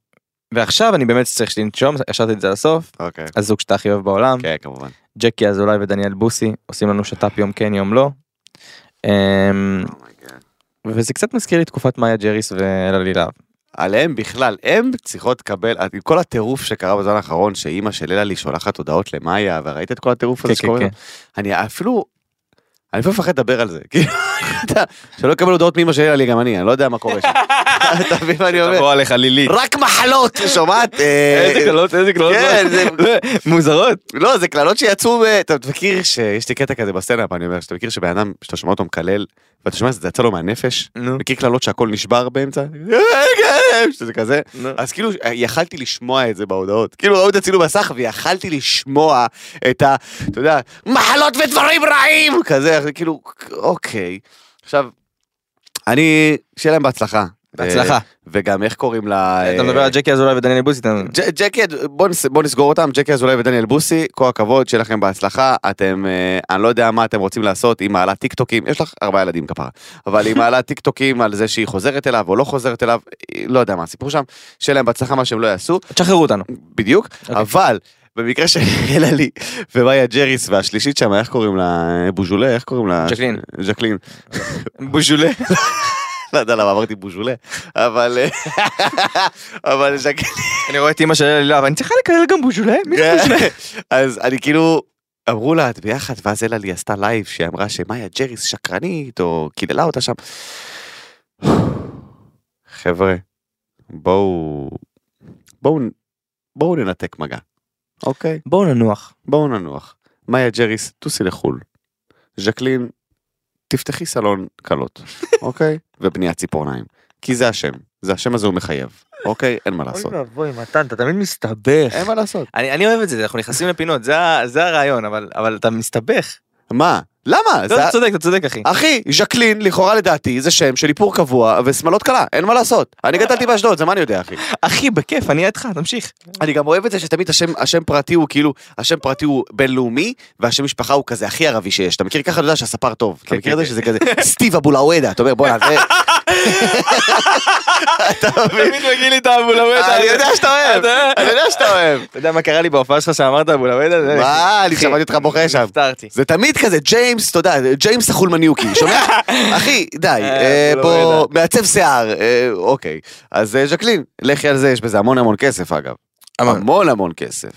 Speaker 3: ועכשיו אני באמת צריך לנשום, השארתי את זה לסוף,
Speaker 2: אוקיי.
Speaker 3: הזוג שאתה הכי אוהב בעולם,
Speaker 2: כן, כמובן.
Speaker 3: ג'קי אזולאי ודניאל בוסי, עושים לנו שת"פ יום כן יום לא. אמ, וזה קצת מזכיר לי תקופת מאיה ג'ריס ואלה לילב.
Speaker 2: עליהם בכלל, הם צריכות לקבל, עם כל הטירוף שקרה בזמן האחרון, שאימא של אלעלי שולחת הודעות למאיה, וראית את כל הטירוף הזה
Speaker 3: כן,
Speaker 2: שקורה?
Speaker 3: כן,
Speaker 2: שם? אני אפילו, אני אפילו מפחד לדבר על זה, <laughs> כאילו, אתה יודע, שלא יקבל הודעות מאימא של אלעלי, גם אני, אני לא יודע מה
Speaker 3: <laughs>
Speaker 2: קורה שם. אתה מבין מה אני אומר?
Speaker 3: עליך לילית.
Speaker 2: רק מחלות, שומעת? אה,
Speaker 3: איזה קללות, איזה קללות.
Speaker 2: כן, זה-
Speaker 3: <laughs> מוזרות.
Speaker 2: לא, זה קללות שיצאו, אה, אתה מכיר שיש לי קטע כזה בסצנה, אני אומר, שאתה מכיר שבן אדם, שאתה שומע אותו מקלל, ואתה שומע שזה יצא לו מהנפש,
Speaker 3: נו.
Speaker 2: מכיר קללות שהכל נשבר באמצע, שזה כזה,
Speaker 3: נו.
Speaker 2: אז כאילו אה, יכלתי לשמוע את זה בהודעות, כאילו ראו את הצילום מסך ויכלתי לשמוע את ה, אתה יודע, מחלות ודברים רעים, כזה, אז כאילו, אוקיי, עכשיו, אני, שיהיה להם בהצלחה.
Speaker 3: הצלחה.
Speaker 2: וגם איך קוראים לה...
Speaker 3: אתה
Speaker 2: אה,
Speaker 3: מדבר על ג'קי אזולאי ודניאל בוסיטן.
Speaker 2: ג'- ג'קי, בוא נס- בוא נסגור אותם, ג'קי אזולאי ודניאל בוסי, כל הכבוד, שיהיה לכם בהצלחה, אתם, אה, אני לא יודע מה אתם רוצים לעשות, היא מעלה טיקטוקים, יש לך ארבעה ילדים כפרה, אבל היא מעלה טיקטוקים על זה שהיא חוזרת אליו או לא חוזרת אליו, אה, לא יודע מה הסיפור שם, שיהיה להם בהצלחה מה שהם לא יעשו,
Speaker 3: תשחררו אותנו.
Speaker 2: בדיוק,
Speaker 3: אוקיי.
Speaker 2: אבל במקרה של לי ומאיה ג'ריס והשלישית שם, איך קוראים לה? בוז'ולה? איך קוראים לה?
Speaker 3: ג'קלין. <laughs>
Speaker 2: ג'קלין.
Speaker 3: בוז'ולה.
Speaker 2: <laughs> לא יודע למה אמרתי בוז'ולה, אבל... אה, <laughs> אבל ז'קלין.
Speaker 3: אני רואה את אימא של אלה, אבל אני צריכה לקלל גם בוז'ולה? מי זה בוז'ולה?
Speaker 2: כן. אז אני כאילו, אמרו לה, את ביחד, ואז אלה לי עשתה לייב שהיא אמרה שמאיה ג'ריס שקרנית, או קיללה אותה שם. חבר'ה, בואו, בואו, בואו ננתק מגע, אוקיי?
Speaker 3: בואו ננוח.
Speaker 2: בואו ננוח. מאיה ג'ריס, טוסי לחו"ל. ז'קלין, תפתחי סלון קלות, אוקיי? ובניית ציפורניים. כי זה השם, זה השם הזה הוא מחייב, אוקיי? אין מה לעשות.
Speaker 3: ואבוי מתן, אתה תמיד מסתבך.
Speaker 2: אין מה לעשות.
Speaker 3: אני אני אוהב את זה, אנחנו נכנסים לפינות, זה ה- זה הרעיון, אבל אבל אתה מסתבך.
Speaker 2: מה? למה?
Speaker 3: לא,
Speaker 2: זה-
Speaker 3: אתה צודק, אתה צודק אחי.
Speaker 2: אחי, ז'קלין, לכאורה לדעתי, זה שם של איפור קבוע ושמלות קלה, אין מה לעשות. אני גדלתי באשדוד, זה מה אני יודע, אחי.
Speaker 3: אחי, בכיף, אני איתך, תמשיך.
Speaker 2: אני גם אוהב את זה שתמיד השם, השם פרטי הוא כאילו, השם פרטי הוא בינלאומי, והשם משפחה הוא כזה הכי ערבי שיש. אתה מכיר ככה, אתה יודע שהספר טוב. אתה
Speaker 3: כן,
Speaker 2: מכיר את
Speaker 3: כן,
Speaker 2: זה שזה כזה, סטיב אבולאוודה, אתה אומר, בואנה, זה...
Speaker 3: תמיד מגיע לי את האבולאוודה.
Speaker 2: אני יודע שאתה אוהב, <laughs> אני יודע שאתה אוהב.
Speaker 3: אתה יודע מה קרה לי בהופעה שלך שאמרת אבולאוודה? זה-
Speaker 2: מה, אני
Speaker 3: אחי,
Speaker 2: שמעתי אותך בוכה שם.
Speaker 3: נפטרתי.
Speaker 2: זה תמיד כזה, ג'יימס, אתה יודע, ג'יימס החולמניוקי, שומע? אחי, די, אה,
Speaker 3: לא
Speaker 2: בוא, מעצב שיער, אה, אוקיי. אז אה, ז'קלין, לכי על זה, יש בזה המון המון כסף אגב.
Speaker 3: המון.
Speaker 2: המון המון כסף.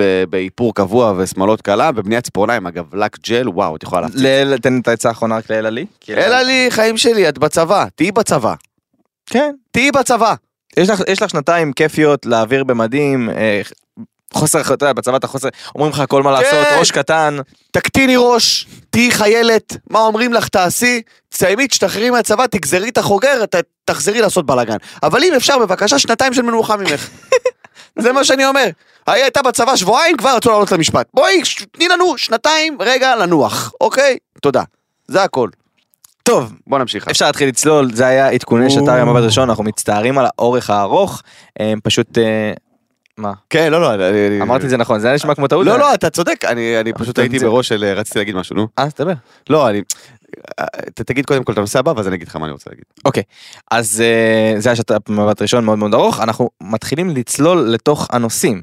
Speaker 2: ב- באיפור קבוע ושמאלות קלה, בבניית ציפורניים, אגב, לק ג'ל, וואו, את יכולה להפציץ.
Speaker 3: לאל, תן את העצה האחרונה רק לאלה לי. כי-
Speaker 2: אלא לי, חיים שלי, את בצבא, תהיי בצבא.
Speaker 3: כן.
Speaker 2: תהיי בצבא.
Speaker 3: יש לך, יש לך שנתיים כיפיות להעביר במדים, אה, חוסר, אתה יודע, בצבא אתה חוסר, אומרים לך כל מה לעשות,
Speaker 2: כן.
Speaker 3: ראש קטן,
Speaker 2: תקטיני ראש, תהיי חיילת, מה אומרים לך תעשי, תסיימי, תשתחררי מהצבא, תגזרי את החוגר, ת, תחזרי לעשות בלאגן. אבל אם אפשר, בבקשה, שנתיים של מנוחה <laughs> ממך. זה מה שאני אומר. היא הייתה בצבא שבועיים, כבר רצו לעלות למשפט. בואי, ש- תני לנו שנתיים רגע לנוח, אוקיי? תודה. זה הכל.
Speaker 3: טוב,
Speaker 2: בוא נמשיך.
Speaker 3: אפשר להתחיל לצלול, זה היה עדכוני
Speaker 2: או.
Speaker 3: שת"ר המבט ראשון, אנחנו מצטערים על האורך הארוך, אה, פשוט, אה, מה,
Speaker 2: כן, לא, לא, אני... אני-
Speaker 3: אמרתי את זה נכון, זה היה נשמע כמו טעות?
Speaker 2: לא, לא, אתה צודק, אני אני פשוט
Speaker 3: אתה-
Speaker 2: הייתי בראש של אה, רציתי להגיד משהו, נו.
Speaker 3: אה, אז תדבר.
Speaker 2: לא, אני... אה, ת- תגיד קודם כל את הנושא הבא, ואז אני אגיד לך מה אני רוצה להגיד.
Speaker 3: אוקיי, אז אה, זה היה שת"ר מבט ראשון מאוד מאוד ארוך, אנחנו מתחילים לצלול לתוך הנושאים.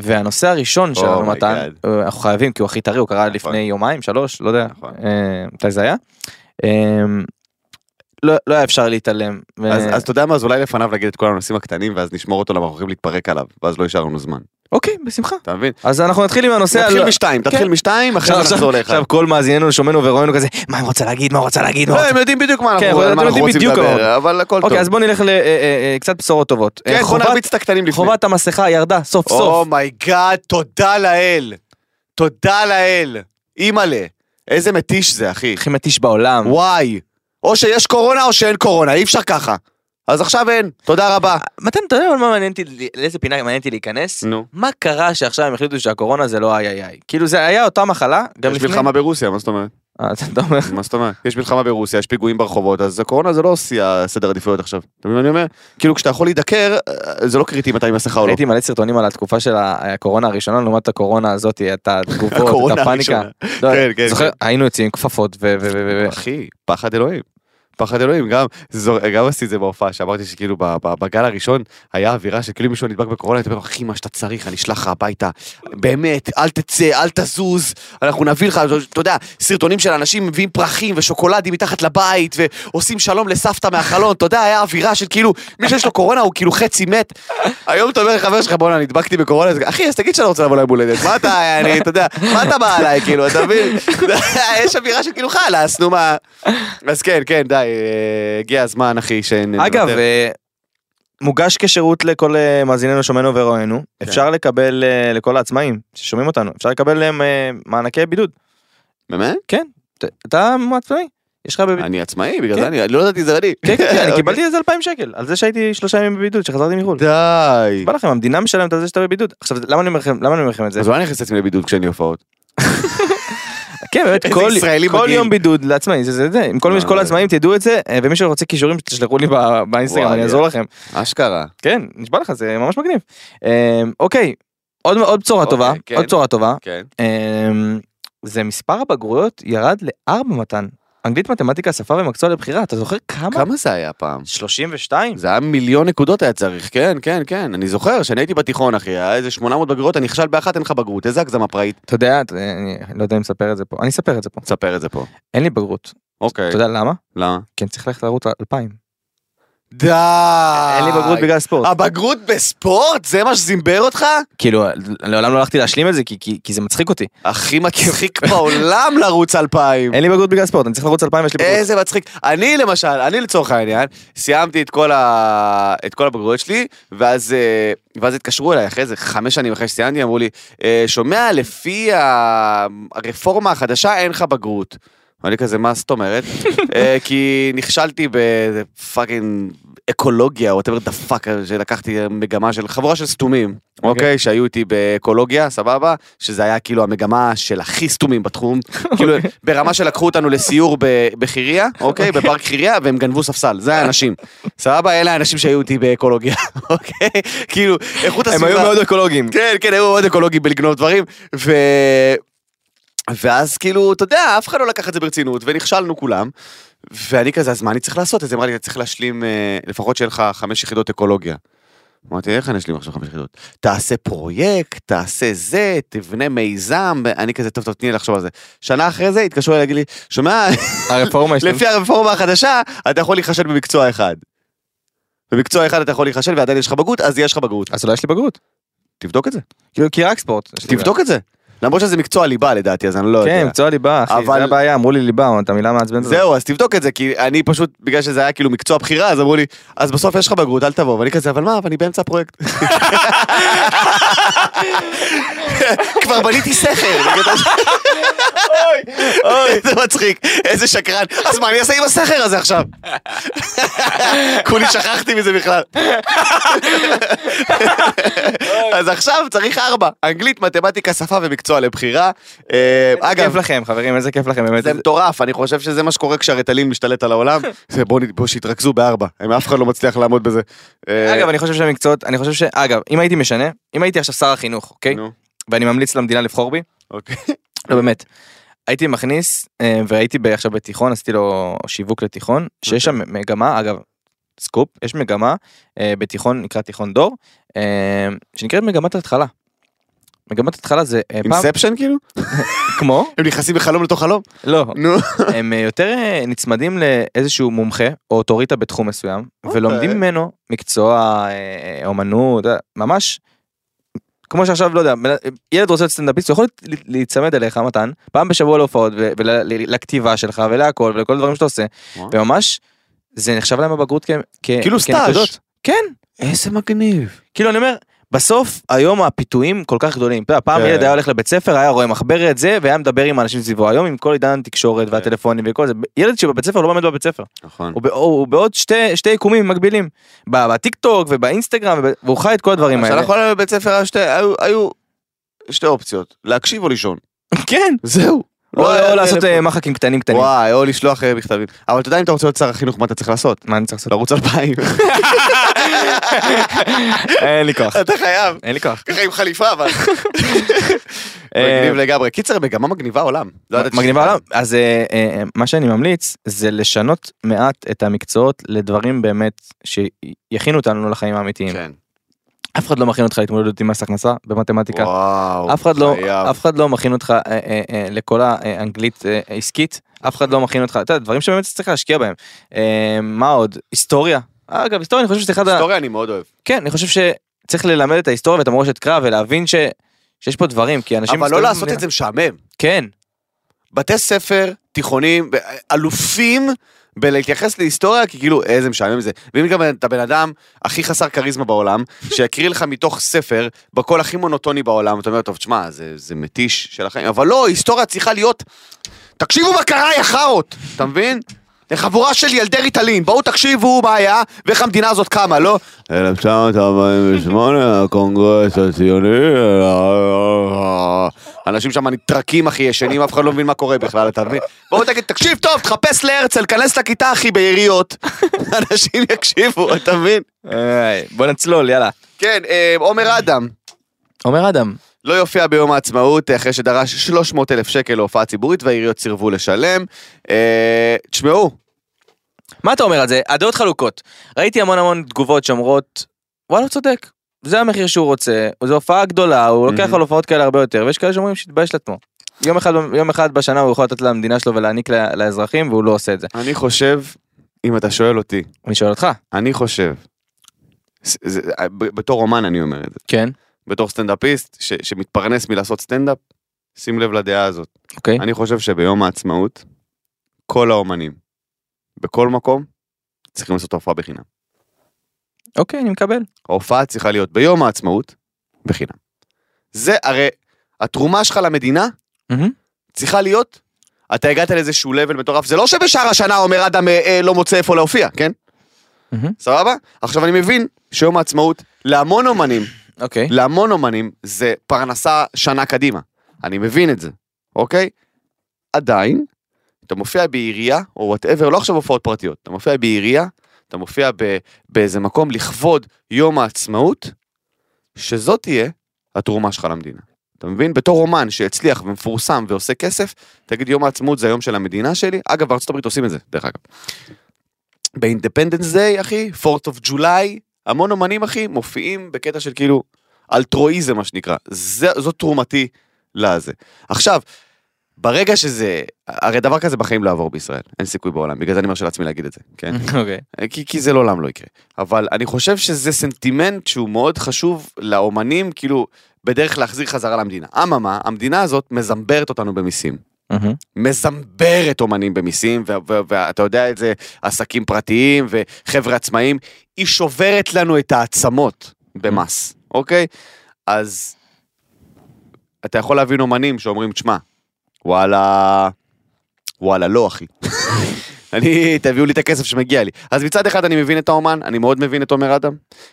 Speaker 3: והנושא הראשון שלנו
Speaker 2: Oh my
Speaker 3: מתן, אה, אנחנו חייבים כי הוא הכי טרי, הוא קרה לפני יומיים, שלוש, לא יודע,
Speaker 2: נכון.
Speaker 3: אה, מתי זה היה. אה, לא לא היה אפשר להתעלם. אה, ו-
Speaker 2: אז אז אתה יודע מה, אז אולי לפניו נגיד את כל הנושאים הקטנים, ואז נשמור אותו למה אנחנו הולכים להתפרק עליו, ואז לא יישאר לנו זמן.
Speaker 3: אוקיי, בשמחה.
Speaker 2: אתה מבין?
Speaker 3: אז אנחנו נתחיל עם הנושא.
Speaker 2: נתחיל
Speaker 3: הלא-
Speaker 2: משתיים, תתחיל
Speaker 3: כן.
Speaker 2: משתיים, אחרי
Speaker 3: עכשיו
Speaker 2: זה נחזור
Speaker 3: עכשיו-
Speaker 2: לאחד.
Speaker 3: עכשיו כל מאזיננו שומענו ורואינו כזה, מה הם רוצה להגיד, מה הוא רוצה להגיד, מה הוא
Speaker 2: לא,
Speaker 3: רוצה...
Speaker 2: הם יודעים בדיוק מה
Speaker 3: כן,
Speaker 2: אנחנו על
Speaker 3: אתם
Speaker 2: מה אנחנו
Speaker 3: יודעים
Speaker 2: רוצים
Speaker 3: בדיוק
Speaker 2: לדבר, אבל הכל טוב.
Speaker 3: אוקיי, אז בואו נלך לקצת אה, בשורות טובות. אה,
Speaker 2: כן, בוא
Speaker 3: חובת-
Speaker 2: נרביץ את הקטנים לפני. Oh
Speaker 3: חובת המסכה ירדה סוף סוף.
Speaker 2: אומייגאד, תודה לאל. תודה לאל. אימא'לה. איזה מתיש זה, אחי.
Speaker 3: הכי מתיש בעולם.
Speaker 2: וואי. או שיש קורונה או שאין קורונה, אי אפשר ככה. אז עכשיו אין, תודה רבה.
Speaker 3: מתן, אתה יודע מה מעניין אותי, לאיזה פינה מעניין אותי להיכנס?
Speaker 2: נו.
Speaker 3: מה קרה שעכשיו הם החליטו שהקורונה זה לא איי איי איי? כאילו זה היה אותה מחלה, גם
Speaker 2: יש
Speaker 3: לפני...
Speaker 2: מלחמה ברוסיה, מה זאת אומרת?
Speaker 3: אה, אתה אומר,
Speaker 2: מה זאת אומרת? יש מלחמה ברוסיה, יש פיגועים ברחובות, אז הקורונה זה לא שיא הסדר עדיפויות עכשיו. אתה מבין מה אני אומר? כאילו כשאתה יכול להידקר, אה, זה לא קריטי אם אתה עם מסכה או לא.
Speaker 3: ראיתי מלא סרטונים על התקופה של הקורונה הראשונה לעומת הקורונה הזאת, את התגובות, את
Speaker 2: הקורונה
Speaker 3: הפאניקה.
Speaker 2: הראשונה.
Speaker 3: לא,
Speaker 2: כן, כן,
Speaker 3: זוכר, היינו יוצאים עם כפפות ו... ו- ו- ו-
Speaker 2: אחי, פחד אלוהים. פחד אלוהים, גם, זו, גם עשיתי את זה בהופעה, שאמרתי שכאילו ב- ב- בגל הראשון היה אווירה שכאילו מישהו נדבק בקורונה, הייתי אומר, אחי, מה שאתה צריך, אני אשלח לך הביתה. באמת, אל תצא, אל תזוז, אנחנו נביא לך, אתה יודע, סרטונים של אנשים מביאים פרחים ושוקולדים מתחת לבית, ועושים שלום לסבתא מהחלון, אתה יודע, היה אווירה של כאילו, מי שיש לו קורונה הוא כאילו חצי מת. היום אתה אומר לחבר שלך, בואנה, נדבקתי בקורונה, אז אחי, אז תגיד שאתה רוצה לבוא ליום הולדת, מה אתה, אני, אתה יודע, מה אתה בא עליי, כאילו, אתה מבין? יש אווירה של כאילו חלאס, נו מה. אז כן, כן, די, אה, הגיע הזמן, אחי, שנ...
Speaker 3: אגב,
Speaker 2: נוותר.
Speaker 3: אה, מוגש כשירות לכל אה, מאזיננו, שומענו ורואינו,
Speaker 2: כן.
Speaker 3: אפשר לקבל, אה, לכל העצמאים ששומעים אותנו, אפשר לקבל להם אה, מענקי בידוד. כן,
Speaker 2: באמת?
Speaker 3: ת- אתה עצמאי, יש לך בבידוד.
Speaker 2: אני עצמאי, בגלל
Speaker 3: כן.
Speaker 2: זה אני, לא ידעתי זה אני.
Speaker 3: כן, כן, כן, אני
Speaker 2: <laughs> אוקיי.
Speaker 3: קיבלתי איזה 2,000 שקל, על זה שהייתי שלושה ימים בבידוד, שחזרתי מחו"ל.
Speaker 2: די.
Speaker 3: בא לכם, המדינה
Speaker 2: לא
Speaker 3: משלמת על זה שאתה בבידוד. עכשיו, למה אני אומר לכם, למה אני אומר לכם את זה?
Speaker 2: אז אולי אני אכניס את עצמי לבידוד כשאין לי הופעות.
Speaker 3: כן, באמת,
Speaker 2: איזה
Speaker 3: כל-
Speaker 2: ישראלי
Speaker 3: כל
Speaker 2: מגעיל.
Speaker 3: יום בידוד לעצמאים, זה זה זה, עם כל מי- כל
Speaker 2: וואי.
Speaker 3: העצמאים תדעו את זה, אה, ומי שרוצה כישורים תשלחו לי ב- באינסטגרם,
Speaker 2: וואי.
Speaker 3: אני אעזור לכם.
Speaker 2: אשכרה.
Speaker 3: כן, נשבע לך, זה ממש מגניב. אה, אוקיי, עוד- עוד בשורה
Speaker 2: אוקיי,
Speaker 3: טובה,
Speaker 2: כן.
Speaker 3: עוד בשורה טובה.
Speaker 2: כן.
Speaker 3: אמ, זה מספר הבגרויות ירד לארבע מתן. אנגלית, מתמטיקה, שפה ומקצוע לבחירה, אתה זוכר כמה?
Speaker 2: כמה זה היה פעם?
Speaker 3: 32.
Speaker 2: זה היה מיליון נקודות היה צריך, כן, כן, כן. אני זוכר שאני הייתי בתיכון, אחי, היה איזה 800 בגרויות, אני נכשל באחת, אין לך בגרות. איזה הגזמה פראית.
Speaker 3: אתה יודע, אתה- אני לא יודע אם לספר את זה פה, אני אספר את זה פה.
Speaker 2: תספר את זה פה.
Speaker 3: אין לי בגרות.
Speaker 2: אוקיי.
Speaker 3: אתה יודע למה?
Speaker 2: למה?
Speaker 3: כי אני צריך ללכת לערוץ אה, 2000.
Speaker 2: די!
Speaker 3: אין לי בגרות בגלל ספורט.
Speaker 2: הבגרות בספורט? זה מה שזימבר אותך?
Speaker 3: כאילו, לעולם לא הלכתי להשלים את זה, כי- כי כי זה מצחיק אותי.
Speaker 2: הכי מצחיק בעולם לרוץ אלפיים.
Speaker 3: אין לי בגרות בגלל ספורט, אני צריך לרוץ 2000 ויש לי בגרות.
Speaker 2: איזה מצחיק. אני למשל, אני לצורך העניין, סיימתי את כל, ה... את כל הבגרויות שלי, ואז, אה, ואז התקשרו אליי אחרי זה, חמש שנים אחרי שסיימתי, אמרו לי, "אה, שומע, לפי ה- הרפורמה החדשה אין לך בגרות. ואני כזה, מה זאת אומרת? <laughs> אה, כי נכשלתי בפאקינג אקולוגיה, או whatever the fuck, שלקחתי מגמה של חבורה של סתומים, אוקיי? שהיו איתי באקולוגיה, סבבה? שזה היה כאילו המגמה של הכי סתומים
Speaker 3: <laughs>
Speaker 2: בתחום.
Speaker 3: אוקיי.
Speaker 2: כאילו, ברמה שלקחו אותנו לסיור ב- בחיריה, אוקיי? בפארק חיריה, והם גנבו ספסל, זה האנשים. סבבה? אלה האנשים שהיו איתי באקולוגיה, <laughs> אוקיי? כאילו, איכות
Speaker 3: הם
Speaker 2: הסביבה...
Speaker 3: היו מאוד אקולוגיים.
Speaker 2: כן, כן, היו מאוד אקולוגיים בלגנוב דברים, ו... ואז כאילו, אתה יודע, אף אחד לא לקח את זה ברצינות, ונכשלנו כולם. ואני כזה, אז מה אני צריך לעשות? אז היא אמרה לי, אתה צריך להשלים, אה, לפחות שיהיה לך חמש יחידות אקולוגיה. אמרתי, איך אני אשלים עכשיו חמש יחידות? תעשה פרויקט, תעשה זה, תבנה מיזם, אני כזה, טוב, טוב, תני לי לחשוב על זה. שנה אחרי זה התקשרו אליי להגיד לי, שומע,
Speaker 3: הרפורמה יש
Speaker 2: לפי הרפורמה החדשה, אתה יכול להיכשל במקצוע אחד. במקצוע אחד אתה יכול להיכשל ועדיין יש לך בגרות, אז יש לך בגרות.
Speaker 3: אז אולי יש לי בגרות.
Speaker 2: תבדוק את זה.
Speaker 3: כאילו, כי רק ספורט. יש לי
Speaker 2: תבדוק את זה. למרות שזה מקצוע ליבה לדעתי, אז אני לא
Speaker 3: בגרות. כן,
Speaker 2: יודע.
Speaker 3: מקצוע ליבה, אחי,
Speaker 2: אבל-
Speaker 3: זה הבעיה, אמרו לי ליבה, אבל את המילה מעצבנת. הזאת.
Speaker 2: זהו, אז תבדוק את זה, כי אני פשוט, בגלל שזה היה כאילו מקצוע בחירה, אז אמרו לי, אז בסוף יש לך בגרות, אל תבוא. ואני כזה, אבל מה, אבל אני באמצע הפרויקט. <laughs> כבר בניתי סכר. אוי, <laughs> איזה מצחיק, איזה שקרן. אז מה אני אעשה עם הסכר הזה <laughs> עכשיו? כולי שכחתי מזה בכלל. אז עכשיו צריך ארבע, אנגלית, מתמטיקה, שפה ומקצוע לבחירה. אה, אגב,
Speaker 3: כיף לכם, חברים, איזה כיף לכם, באמת.
Speaker 2: זה מטורף, אני חושב שזה מה שקורה כשהריטלין משתלט על העולם. <laughs> זה בואו נ- בואו שיתרכזו בארבע, הם אף אחד לא מצליח לעמוד בזה. אה,
Speaker 3: אגב, אני חושב שהמקצועות, אני חושב ש... אגב, אם הייתי משנה, אם הייתי עכשיו שר החינוך, אוקיי?
Speaker 2: נו,
Speaker 3: ואני ממליץ למדינה לבחור בי,
Speaker 2: אוקיי.
Speaker 3: לא באמת. הייתי מכניס, אה, והייתי ב- עכשיו בתיכון, עשיתי לו שיווק לתיכון, שיש שם מגמה, אגב, סקופ, יש מגמה אה, בתיכון, נקרא תיכון דור, אה, שנקראת מגמת התחלה. מגמת התחלה זה אה, פעם,
Speaker 2: אינספשן כאילו?
Speaker 3: כמו,
Speaker 2: הם נכנסים בחלום לתוך חלום?
Speaker 3: לא, <laughs>
Speaker 2: נו.
Speaker 3: הם אה, יותר אה, נצמדים לאיזשהו מומחה או אוטוריטה בתחום מסוים
Speaker 2: אוקיי.
Speaker 3: ולומדים ממנו מקצוע אה, אומנות אה, ממש. כמו שעכשיו לא יודע בן- ילד רוצה להיות סטנדאפיסט הוא יכול להת- לה- להיצמד אליך מתן פעם בשבוע להופעות ו- ולכתיבה שלך ולהכל ולכל הדברים שאתה עושה
Speaker 2: וואו.
Speaker 3: וממש זה נחשב להם בבגרות כ- כ-
Speaker 2: כאילו סטאז'.
Speaker 3: כנקודות. כן
Speaker 2: איזה מגניב.
Speaker 3: כאילו אני אומר בסוף היום הפיתויים כל כך גדולים. אתה יודע, פעם
Speaker 2: כן.
Speaker 3: ילד היה הולך לבית ספר היה רואה מחברת זה והיה מדבר עם האנשים סביבו היום עם כל עידן התקשורת והטלפונים וכל זה ילד שבבית ספר לא באמת בבית ספר
Speaker 2: נכון.
Speaker 3: הוא, בא- הוא בעוד שתי שתי יקומים מקבילים ב- בטיק טוק ובאינסטגרם וב- והוא חי את כל הדברים האלה.
Speaker 2: כשאנחנו היינו בבית ספר היה שתי- היו- היו שתי אופציות, להקשיב או לישון.
Speaker 3: <laughs> כן.
Speaker 2: זהו.
Speaker 3: או,
Speaker 2: לא היה
Speaker 3: או לעשות
Speaker 2: טלפון.
Speaker 3: אה, מחקים קטנים קטנים.
Speaker 2: וואי, או לשלוח אה, מכתבים. אבל אתה יודע אם אתה רוצה להיות שר החינוך, מה אתה צריך לעשות?
Speaker 3: מה אני צריך <laughs> לעשות?
Speaker 2: לרוץ אלפיים.
Speaker 3: אין לי כוח.
Speaker 2: אתה חייב.
Speaker 3: אין לי כוח.
Speaker 2: ככה עם חליפה אבל.
Speaker 3: <laughs> אה,
Speaker 2: מגניב לגמרי. קיצר, מגמה מגניבה עולם. לא ידעתי ש-
Speaker 3: מגניבה עולם. אז אה, אה, מה שאני ממליץ זה לשנות מעט את המקצועות לדברים באמת שיכינו אותנו לחיים האמיתיים.
Speaker 2: כן.
Speaker 3: אף אחד לא מכין אותך להתמודדות עם מס הכנסה במתמטיקה.
Speaker 2: וואו.
Speaker 3: אף אחד לא
Speaker 2: חייב.
Speaker 3: אף אחד לא מכין אותך אה, אה, אה, לכל האנגלית אה, עסקית אף אחד לא מכין אותך אתה יודע דברים שבאמת צריך להשקיע בהם אה, מה עוד היסטוריה אגב היסטוריה אני חושב שזה אחד לא- ה...
Speaker 2: היסטוריה אני מאוד אוהב.
Speaker 3: כן אני חושב שצריך ללמד את ההיסטוריה ואת המורשת קרב ולהבין ש... שיש פה דברים כי אנשים
Speaker 2: אבל לא
Speaker 3: מסתובבים
Speaker 2: לעשות את
Speaker 3: במדינה.
Speaker 2: זה משעמם.
Speaker 3: כן
Speaker 2: בתי ספר, תיכונים, אלופים בלהתייחס להיסטוריה, כי כאילו, איזה משעמם זה. ואם גם אתה בן אדם הכי חסר כריזמה
Speaker 3: <laughs>
Speaker 2: בעולם, שיקריא לך מתוך ספר, בקול הכי מונוטוני בעולם, אתה אומר, טוב, תשמע, זה, זה מתיש של החיים. אבל לא, היסטוריה צריכה להיות... תקשיבו מה קרה, יא חארות! אתה מבין? לחבורה של ילדי ריטלין, בואו תקשיבו מה היה ואיך המדינה הזאת קמה, לא? 1948, הקונגרס הציוני, אנשים שם נטרקים אחי, ישנים, אף אחד לא מבין מה קורה בכלל, אתה מבין? בואו תגיד, תקשיב טוב, תחפש להרצל, כנס לכיתה אחי ביריות. אנשים יקשיבו, אתה מבין?
Speaker 3: איי, בוא נצלול יאללה.
Speaker 2: כן, אה, עומר אדם.
Speaker 3: עומר אדם.
Speaker 2: לא יופיע ביום העצמאות אחרי שדרש 300 אלף שקל להופעה ציבורית והעיריות סירבו לשלם. אה, תשמעו,
Speaker 3: מה אתה אומר על זה? הדעות חלוקות. ראיתי המון המון תגובות שאומרות, וואלה הוא צודק. זה המחיר שהוא רוצה, זו הופעה גדולה, הוא לוקח
Speaker 2: מהמם.
Speaker 3: על הופעות כאלה הרבה יותר, ויש כאלה שאומרים שיתבייש לעצמו. יום אחד, יום אחד בשנה הוא יכול לתת למדינה שלו ולהעניק לה- לאזרחים, והוא לא עושה את זה.
Speaker 2: אני חושב, אם אתה שואל אותי,
Speaker 3: אני שואל אותך.
Speaker 2: אני חושב, זה, זה, אה, ב- בתור אומן אני אומר את זה,
Speaker 3: כן.
Speaker 2: בתור סטנדאפיסט ש, שמתפרנס מלעשות סטנדאפ, שים לב לדעה הזאת.
Speaker 3: אוקיי.
Speaker 2: אני חושב שביום העצמאות, כל האומנים, בכל מקום, צריכים לעשות הופעה בחינם.
Speaker 3: אוקיי, אני מקבל.
Speaker 2: ההופעה צריכה להיות ביום העצמאות, בחינם. זה הרי, התרומה שלך למדינה
Speaker 3: מהמם.
Speaker 2: צריכה להיות, אתה הגעת לאיזשהו לבל מטורף, זה לא שבשאר השנה אומר אדם אה, אה, לא מוצא איפה להופיע, כן?
Speaker 3: מהמם.
Speaker 2: סבבה? עכשיו אני מבין שיום העצמאות להמון אומנים,
Speaker 3: אוקיי.
Speaker 2: להמון אומנים זה פרנסה שנה קדימה. אני מבין את זה, אוקיי? עדיין, אתה מופיע בעירייה, או וואטאבר, לא עכשיו הופעות פרטיות, אתה מופיע בעירייה, אתה מופיע ב, באיזה מקום לכבוד יום העצמאות, שזאת תהיה התרומה שלך למדינה. אתה מבין? בתור אומן שהצליח ומפורסם ועושה כסף, תגיד יום העצמאות זה היום של המדינה שלי. אגב, בארצות הברית עושים את זה, דרך אגב. באינדפנדנס דיי, אחי, פורט אוף ג'ולי, המון אומנים, אחי, מופיעים בקטע של כאילו אלטרואיזם, מה שנקרא. זה, זו תרומתי לזה. עכשיו, ברגע שזה, הרי דבר כזה בחיים לא יעבור בישראל, אין סיכוי בעולם, בגלל זה אני מרשה לעצמי להגיד את זה, כן?
Speaker 3: אוקיי.
Speaker 2: כי, כי זה לעולם לא יקרה. אבל אני חושב שזה סנטימנט שהוא מאוד חשוב לאומנים, כאילו, בדרך להחזיר חזרה למדינה. אממה, המדינה הזאת מזמברת אותנו במיסים.
Speaker 3: מהמם.
Speaker 2: מזמברת אומנים במיסים, ו- ו- ואתה יודע את זה, עסקים פרטיים וחבר'ה עצמאים, היא שוברת לנו את העצמות במס, אוקיי? אז אתה יכול להבין אומנים שאומרים, תשמע, וואלה, וואלה, לא אחי. <laughs> אני, תביאו לי את הכסף שמגיע לי. אז מצד אחד אני מבין את האומן, אני מאוד מבין את עומר אדם.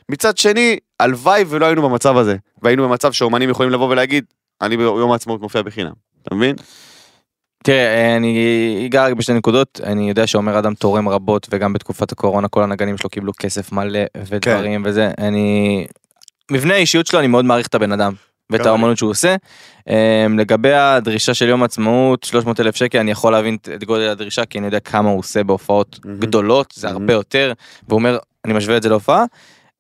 Speaker 2: מצד שני, הלוואי ולא היינו במצב הזה, והיינו במצב שאומנים יכולים לבוא ולהגיד, אני ביום העצמאות מופיע בחינם, אתה מבין?
Speaker 3: תראה, אני אגע רק בשתי נקודות, אני יודע שעומר אדם תורם רבות, וגם בתקופת הקורונה כל הנגנים שלו קיבלו כסף מלא ודברים
Speaker 2: כן.
Speaker 3: וזה, אני... מבנה האישיות שלו, אני מאוד מעריך את הבן אדם, ואת
Speaker 2: גם
Speaker 3: האומנות שהוא עושה. אמ, לגבי הדרישה של יום עצמאות, 300 אלף שקל, אני יכול להבין את- את גודל הדרישה, כי אני יודע כמה הוא עושה בהופעות
Speaker 2: מהמם.
Speaker 3: גדולות, זה
Speaker 2: מהמם.
Speaker 3: הרבה יותר, והוא אומר, אני משווה את זה להופעה,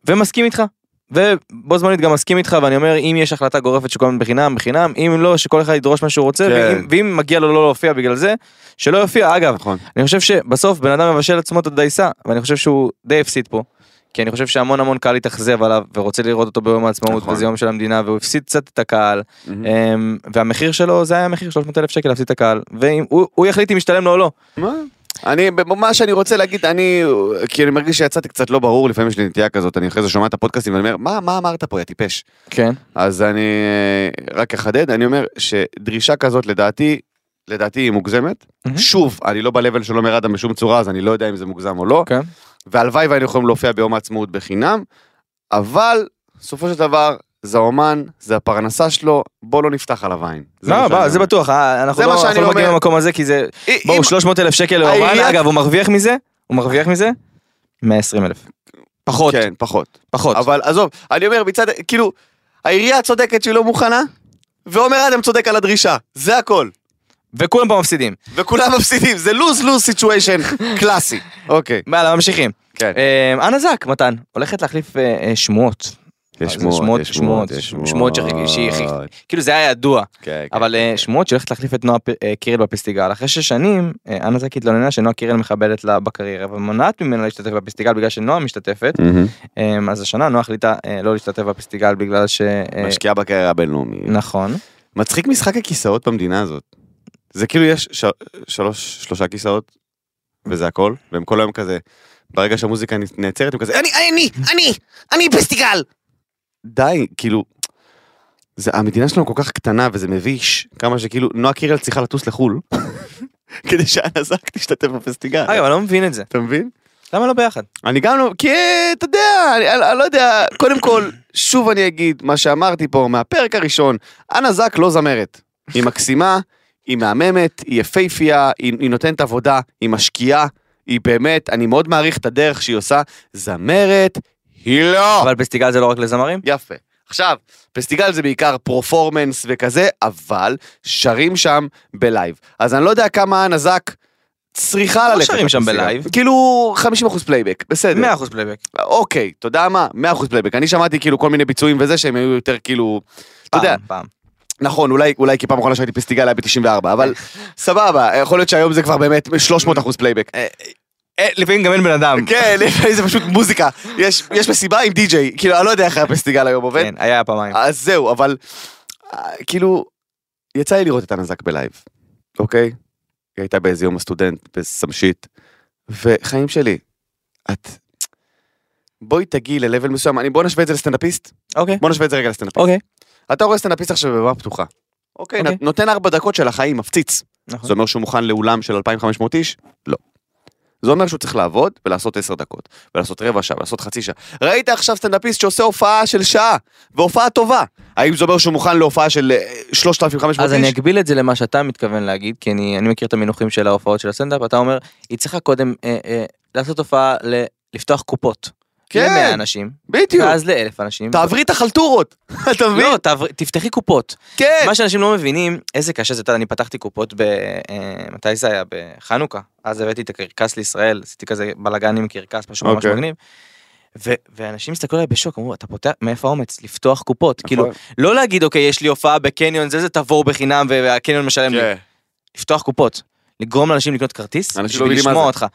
Speaker 3: ומסכים איתך. ובו זמנית גם מסכים איתך ואני אומר אם יש החלטה גורפת שכל הזמן בחינם בחינם אם לא שכל אחד ידרוש מה שהוא רוצה
Speaker 2: כן.
Speaker 3: ואם, ואם מגיע לו לא להופיע בגלל זה שלא יופיע אגב
Speaker 2: נכון.
Speaker 3: אני חושב שבסוף בן אדם מבשל עצמו את הדייסה ואני חושב שהוא די הפסיד פה. כי אני חושב שהמון המון קהל התאכזב עליו ורוצה לראות אותו ביום העצמאות
Speaker 2: נכון.
Speaker 3: וזה יום של המדינה והוא הפסיד קצת את הקהל
Speaker 2: מהמם.
Speaker 3: אמ, והמחיר שלו זה היה המחיר 300 אלף שקל להפסיד את הקהל והוא יחליט אם ישתלם לו או לא.
Speaker 2: מה? אני, מה שאני רוצה להגיד, אני, כי אני מרגיש שיצאתי קצת לא ברור, לפעמים יש לי נטייה כזאת, אני אחרי זה שומע את הפודקאסטים ואני אומר, מה, מה אמרת פה, יא טיפש?
Speaker 3: כן.
Speaker 2: אז אני אה, רק אחדד, אני אומר שדרישה כזאת לדעתי, לדעתי היא מוגזמת.
Speaker 3: מהמם.
Speaker 2: שוב, אני לא ב-level של עומר אדם בשום צורה, אז אני לא יודע אם זה מוגזם או לא,
Speaker 3: אוקיי.
Speaker 2: והלוואי והיינו יכולים להופיע ביום העצמאות בחינם, אבל בסופו של דבר, זה האומן, זה הפרנסה שלו, בוא לא נפתח עליו עין. זה מה
Speaker 3: לא,
Speaker 2: שאני
Speaker 3: בא, זה
Speaker 2: אומר.
Speaker 3: בטוח אה, אנחנו
Speaker 2: זה
Speaker 3: לא
Speaker 2: מה
Speaker 3: אנחנו
Speaker 2: שאני
Speaker 3: לא מגיעים
Speaker 2: אומר.
Speaker 3: למקום הזה כי זה
Speaker 2: אם-
Speaker 3: בואו 300 אלף שקל לאומן
Speaker 2: העירייה-
Speaker 3: אגב הוא מרוויח מזה הוא מרוויח מזה 120 אלף. פחות
Speaker 2: כן, פחות.
Speaker 3: פחות.
Speaker 2: אבל עזוב, אני אומר מצד, כאילו, העירייה צודקת שהיא לא מוכנה, ועומר אדם צודק על הדרישה, זה הכל.
Speaker 3: וכולם פה מפסידים.
Speaker 2: וכולם מפסידים, זה לוז לוז סיטואשן <laughs> קלאסי. אוקיי.
Speaker 3: יאללה ממשיכים.
Speaker 2: כן.
Speaker 3: אה, אנה זק מתן הולכת להחליף אה, אה, שמועות שמועות שחיכו- שהיא- כאילו זה היה ידוע
Speaker 2: כן.
Speaker 3: אבל אה, שמועות שהולכת להחליף את נועה פ- אה, קירל בפסטיגל אחרי שש שנים אה, אנה זק התלוננה שנועה קירל מחבלת לה בקריירה ומונעת ממנה להשתתף בפסטיגל בגלל שנועה משתתפת אה, אז השנה נועה החליטה אה, לא להשתתף בפסטיגל בגלל ש... אה,
Speaker 2: משקיעה בקריירה הבינלאומית.
Speaker 3: נכון.
Speaker 2: מצחיק משחק הכיסאות במדינה הזאת. זה כאילו יש ש- שלוש, שלושה כיסאות, וזה הכל, והם כל היום כזה, ברגע שהמוזיקה נעצרת, הם כזה, אני, אני, אני, אני פסטיגל! די, כאילו, זה, המדינה שלנו כל כך קטנה וזה מביש, כמה שכאילו, נועה קירל צריכה לטוס לחו"ל, <laughs> כדי שאנה זק תשתתף בפסטיגל.
Speaker 3: אגב אני לא מבין את זה
Speaker 2: אתה מבין?
Speaker 3: למה לא ביחד.
Speaker 2: אני גם לא, כי אה, אתה יודע, אני, אני, אני לא יודע, קודם כל, שוב אני אגיד מה שאמרתי פה מהפרק הראשון, אנה זק לא זמרת. היא מקסימה, היא מהממת, היא יפייפייה, היא, היא נותנת עבודה, היא משקיעה, היא באמת, אני מאוד מעריך את הדרך שהיא עושה. זמרת, היא לא.
Speaker 3: אבל פסטיגל זה לא רק לזמרים?
Speaker 2: יפה. עכשיו, פסטיגל זה בעיקר פרופורמנס וכזה, אבל שרים שם בלייב. אז אני לא יודע כמה אנה זק צריכה
Speaker 3: לא
Speaker 2: ללכת.
Speaker 3: שרים שם
Speaker 2: לפסטיגל.
Speaker 3: בלייב.
Speaker 2: כאילו 50% פלייבק, בסדר.
Speaker 3: 100% פלייבק.
Speaker 2: אוקיי, אתה יודע מה? 100% פלייבק. אני שמעתי כאילו כל מיני ביצועים וזה שהם היו יותר כאילו... אתה יודע,
Speaker 3: פעם, פעם.
Speaker 2: נכון, אולי, אולי כי פעם אחרונה שראיתי פסטיגל היה ב-94, אבל
Speaker 3: <laughs>
Speaker 2: סבבה, יכול להיות שהיום זה כבר באמת 300% פלייבק.
Speaker 3: אה, לפעמים גם אין בן אדם.
Speaker 2: כן, <laughs> לפעמים זה פשוט מוזיקה. יש, יש מסיבה עם די-ג'יי, כאילו, אני לא יודע איך הפסטיגל היום עובד.
Speaker 3: כן, היה פעמיים.
Speaker 2: אז זהו, אבל אה, כאילו, יצא לי לראות את הנזק בלייב, אוקיי? היא הייתה באיזה יום הסטודנט, בסמשית, וחיים שלי, את... בואי תגיעי ל-level מסוים, אני בוא נשווה את זה לסטנדאפיסט,
Speaker 3: אוקיי.
Speaker 2: בוא נשווה את זה רגע לסטנדאפיסט.
Speaker 3: אוקיי.
Speaker 2: אתה רואה סטנדאפיסט עכשיו בבמה פתוחה. אוקיי,
Speaker 3: אוקיי.
Speaker 2: נות- נותן ארבע דקות של החיים, מפציץ.
Speaker 3: נכון.
Speaker 2: זה אומר שהוא מוכן לאולם של 2,500 איש? לא. זה אומר שהוא צריך לעבוד ולעשות 10 דקות, ולעשות רבע שעה, ולעשות חצי שעה. ראית עכשיו סטנדאפיסט שעושה הופעה של שעה, והופעה טובה. האם זה אומר שהוא מוכן להופעה של אה, 3,500
Speaker 3: אז אני
Speaker 2: איש?
Speaker 3: אגביל את זה למה שאתה מתכוון להגיד, כי אני, אני מכיר את המינוחים של ההופעות של הסטנדאפ, אתה אומר, היא צריכה קודם אה, אה, לעשות הופעה ל, לפתוח קופות.
Speaker 2: כן.
Speaker 3: ל-100 אנשים,
Speaker 2: בדיוק.
Speaker 3: ואז לאלף אנשים.
Speaker 2: תעברי את החלטורות, <laughs> אתה מבין?
Speaker 3: לא, תעבר, תפתחי קופות.
Speaker 2: כן.
Speaker 3: מה שאנשים לא מבינים, איזה קשה זה, אתה יודע, אני פתחתי קופות ב... אה, מתי זה היה? בחנוכה. אז הבאתי את הקרקס לישראל, עשיתי כזה בלאגן עם קרקס, משהו ממש
Speaker 2: אוקיי.
Speaker 3: מגניב. ו- ואנשים הסתכלו עליי בשוק, אמרו, אתה פותח, מאיפה האומץ? לפתוח קופות.
Speaker 2: נכון.
Speaker 3: כאילו, לא להגיד, אוקיי, יש לי הופעה בקניון, זה זה תבואו בחינם והקניון משלם לי.
Speaker 2: כן.
Speaker 3: לפתוח קופות, לגרום לאנשים לקנות כרטיס,
Speaker 2: אנשים לא
Speaker 3: בשביל
Speaker 2: מבינים מה
Speaker 3: לשמוע
Speaker 2: זה.
Speaker 3: אותך.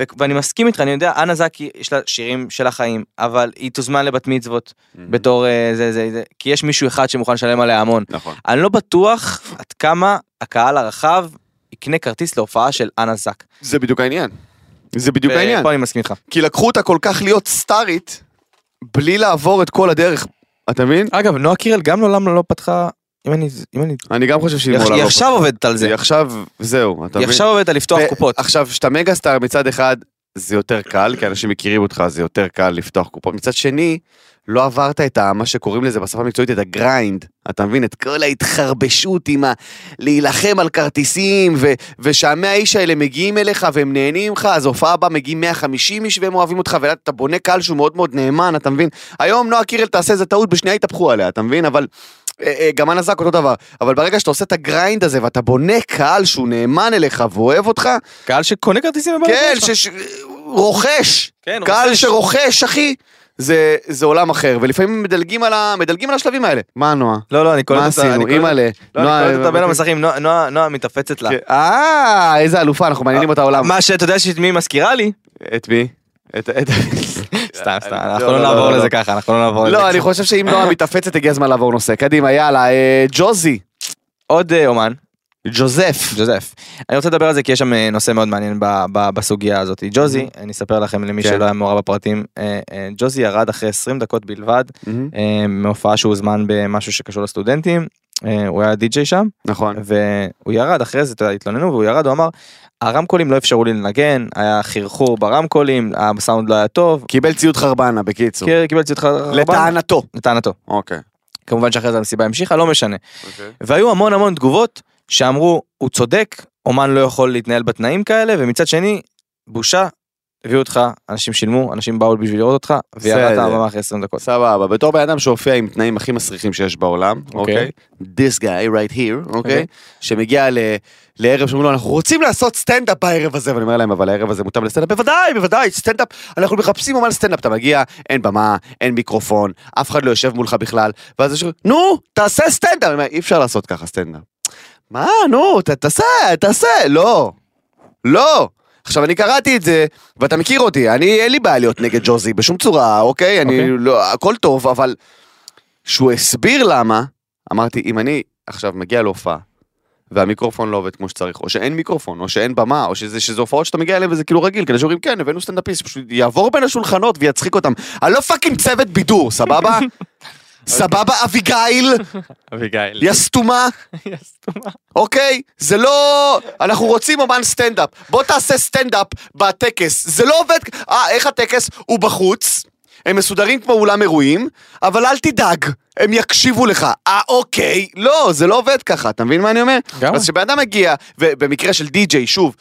Speaker 3: ו- ואני מסכים איתך, אני יודע, אנה זקי יש לה שירים של החיים, אבל היא תוזמן לבת מצוות
Speaker 2: Mm-hmm.
Speaker 3: בתור אה, זה זה זה, כי יש מישהו אחד שמוכן לשלם עליה המון.
Speaker 2: נכון.
Speaker 3: אני לא בטוח עד כמה הקהל הרחב יקנה כרטיס להופעה של אנה זק.
Speaker 2: זה בדיוק העניין. זה בדיוק
Speaker 3: ו-
Speaker 2: העניין.
Speaker 3: פה אני מסכים איתך.
Speaker 2: כי לקחו אותה כל כך להיות סטארית, בלי לעבור את כל הדרך. אתה מבין?
Speaker 3: אגב, נועה קירל גם לעולם לא פתחה, אם אני, אם אני,
Speaker 2: אני גם חושב שהיא
Speaker 3: היא-
Speaker 2: מעולם
Speaker 3: היא
Speaker 2: לא
Speaker 3: עכשיו עובדת על זה,
Speaker 2: היא עכשיו, זהו, אתה
Speaker 3: היא
Speaker 2: מבין?
Speaker 3: עכשיו עובדת על לפתוח
Speaker 2: ו-
Speaker 3: קופות.
Speaker 2: עכשיו, כשאתה מגה-סטאר מצד אחד, זה יותר קל, כי אנשים מכירים אותך, זה יותר קל לפתוח קופות. מצד שני, לא עברת את ה- מה שקוראים לזה בשפה המקצועית, את הגריינד. אתה מבין? את כל ההתחרבשות עם ה... להילחם על כרטיסים, ו... ושהמאה איש האלה מגיעים אליך והם נהנים ממך, אז ההופעה הבאה מגיעים 150 איש והם אוהבים אותך, ואתה בונה קהל שהוא מאוד מאוד נאמן, אתה מבין? היום נועה קירל תעשה איזה טעות, בשנייה יתהפכו עליה, אתה מבין? אבל... אה, אה, גם הנזק אותו דבר, אבל ברגע שאתה עושה את הגריינד הזה ואתה בונה קהל שהוא נאמן אליך ואוהב אותך,
Speaker 3: קהל שקונה כרטיסים בבית
Speaker 2: כן,
Speaker 3: שלך.
Speaker 2: שש... רוכש.
Speaker 3: כן,
Speaker 2: קהל
Speaker 3: רוכש.
Speaker 2: שרוכש, אחי. זה, זה עולם אחר, ולפעמים מדלגים על, ה... מדלגים על השלבים האלה. מה נועה?
Speaker 3: לא, לא, אני קולט
Speaker 2: מה
Speaker 3: אותה, אני
Speaker 2: עשינו?
Speaker 3: קולט אותה.
Speaker 2: אימא'לה.
Speaker 3: לא, אני קולט אותה בין המסכים, נועה- נועה נועה מתאפצת לה.
Speaker 2: כן. אה, איזה אלופה, אנחנו מעניינים אותה עולם.
Speaker 3: מה שאתה יודע שאת מי היא מזכירה לי?
Speaker 2: את מי? את... את-
Speaker 3: סתם, סתם,
Speaker 2: לא,
Speaker 3: אנחנו
Speaker 2: לא,
Speaker 3: לא
Speaker 2: לא,
Speaker 3: נעבור
Speaker 2: לא,
Speaker 3: לזה
Speaker 2: לא.
Speaker 3: ככה, אנחנו לא נעבור לזה.
Speaker 2: <laughs> לא, אני
Speaker 3: ככה.
Speaker 2: חושב שאם נועה מתאפצת, הגיע הזמן לעבור נושא. קדימה, יאללה, אה, ג'וזי.
Speaker 3: עוד אה, אומן,
Speaker 2: ג'וזף.
Speaker 3: ג'וזף. אני רוצה לדבר על זה כי יש שם אה, נושא מאוד מעניין ב- ב- בסוגיה הזאת. ג'וזי, אני אספר לכם למי
Speaker 2: כן.
Speaker 3: שלא היה מעורב בפרטים, אה, אה, ג'וזי ירד אחרי 20 דקות בלבד
Speaker 2: מהמם,
Speaker 3: אה, מהופעה שהוזמן במשהו שקשור לסטודנטים. אה, הוא היה די-ג'יי שם
Speaker 2: נכון.
Speaker 3: והוא ירד אחרי זה אתה יודע, התלוננו והוא ירד הוא אמר הרמקולים לא אפשרו לי לנגן היה חרחור ברמקולים הסאונד לא היה טוב
Speaker 2: קיבל ציוד חרבנה, בקיצור.
Speaker 3: כן, קיבלתי אותך רבן.
Speaker 2: לטענתו.
Speaker 3: לטענתו.
Speaker 2: אוקיי.
Speaker 3: כמובן שאחרי זה המסיבה המשיכה, לא משנה. והיו המון המון תגובות שאמרו, הוא צודק, אומן לא יכול להתנהל בתנאים כאלה, ומצד שני, בושה, הביאו אותך, אנשים שילמו, אנשים באו בשביל לראות אותך, וירדת
Speaker 2: בסדר.
Speaker 3: הבמה אחרי 20 דקות.
Speaker 2: סבבה, בתור בן אדם שהופיע עם תנאים הכי מסריחים שיש בעולם,
Speaker 3: אוקיי.
Speaker 2: אוקיי? This guy right here,
Speaker 3: אוקיי.
Speaker 2: אוקיי? שמגיע ל- לערב שאומרים לו, אנחנו רוצים לעשות סטנדאפ בערב הזה, ואני אומר להם, אבל הערב הזה מותאם לסטנדאפ? בוודאי, בוודאי, סטנדאפ, אנחנו מחפשים אומן סטנדאפ, אתה מגיע, אין במה, אין מיקרופון, אף אחד לא יושב מולך בכלל, ואז יש נו, תעשה סטנדאפ! אני אומר, אי אפשר לעשות ככה סטנדאפ. מה, נו, ת- תעשה, תעשה, לא. לא. עכשיו אני קראתי את זה, ואתה מכיר אותי, אני אין לי בעיה להיות נגד ג'וזי בשום צורה, אוקיי?
Speaker 3: אוקיי.
Speaker 2: אני לא, הכל טוב, אבל כשהוא הסביר למה, אמרתי, אם אני עכשיו מגיע להופעה, והמיקרופון לא עובד כמו שצריך, או שאין מיקרופון, או שאין במה, או שזה, שזה הופעות שאתה מגיע אליהן וזה כאילו רגיל, כדי שאומרים כן, הבאנו סטנדאפיסט, פשוט יעבור בין השולחנות ויצחיק אותם. אני לא פאקינג צוות בידור, סבבה? סבבה אביגיל,
Speaker 3: אביגיל.
Speaker 2: יא סתומה, אוקיי? זה לא... אנחנו רוצים אמן סטנדאפ. בוא תעשה סטנדאפ בטקס. זה לא עובד... אה, איך הטקס? הוא בחוץ. הם מסודרים כמו אולם אירועים, אבל אל תדאג, הם יקשיבו לך. אה, אוקיי. לא, זה לא עובד ככה, אתה מבין מה אני אומר?
Speaker 3: לגמרי.
Speaker 2: אז כשבן אדם מגיע, ובמקרה של די-ג'יי, שוב,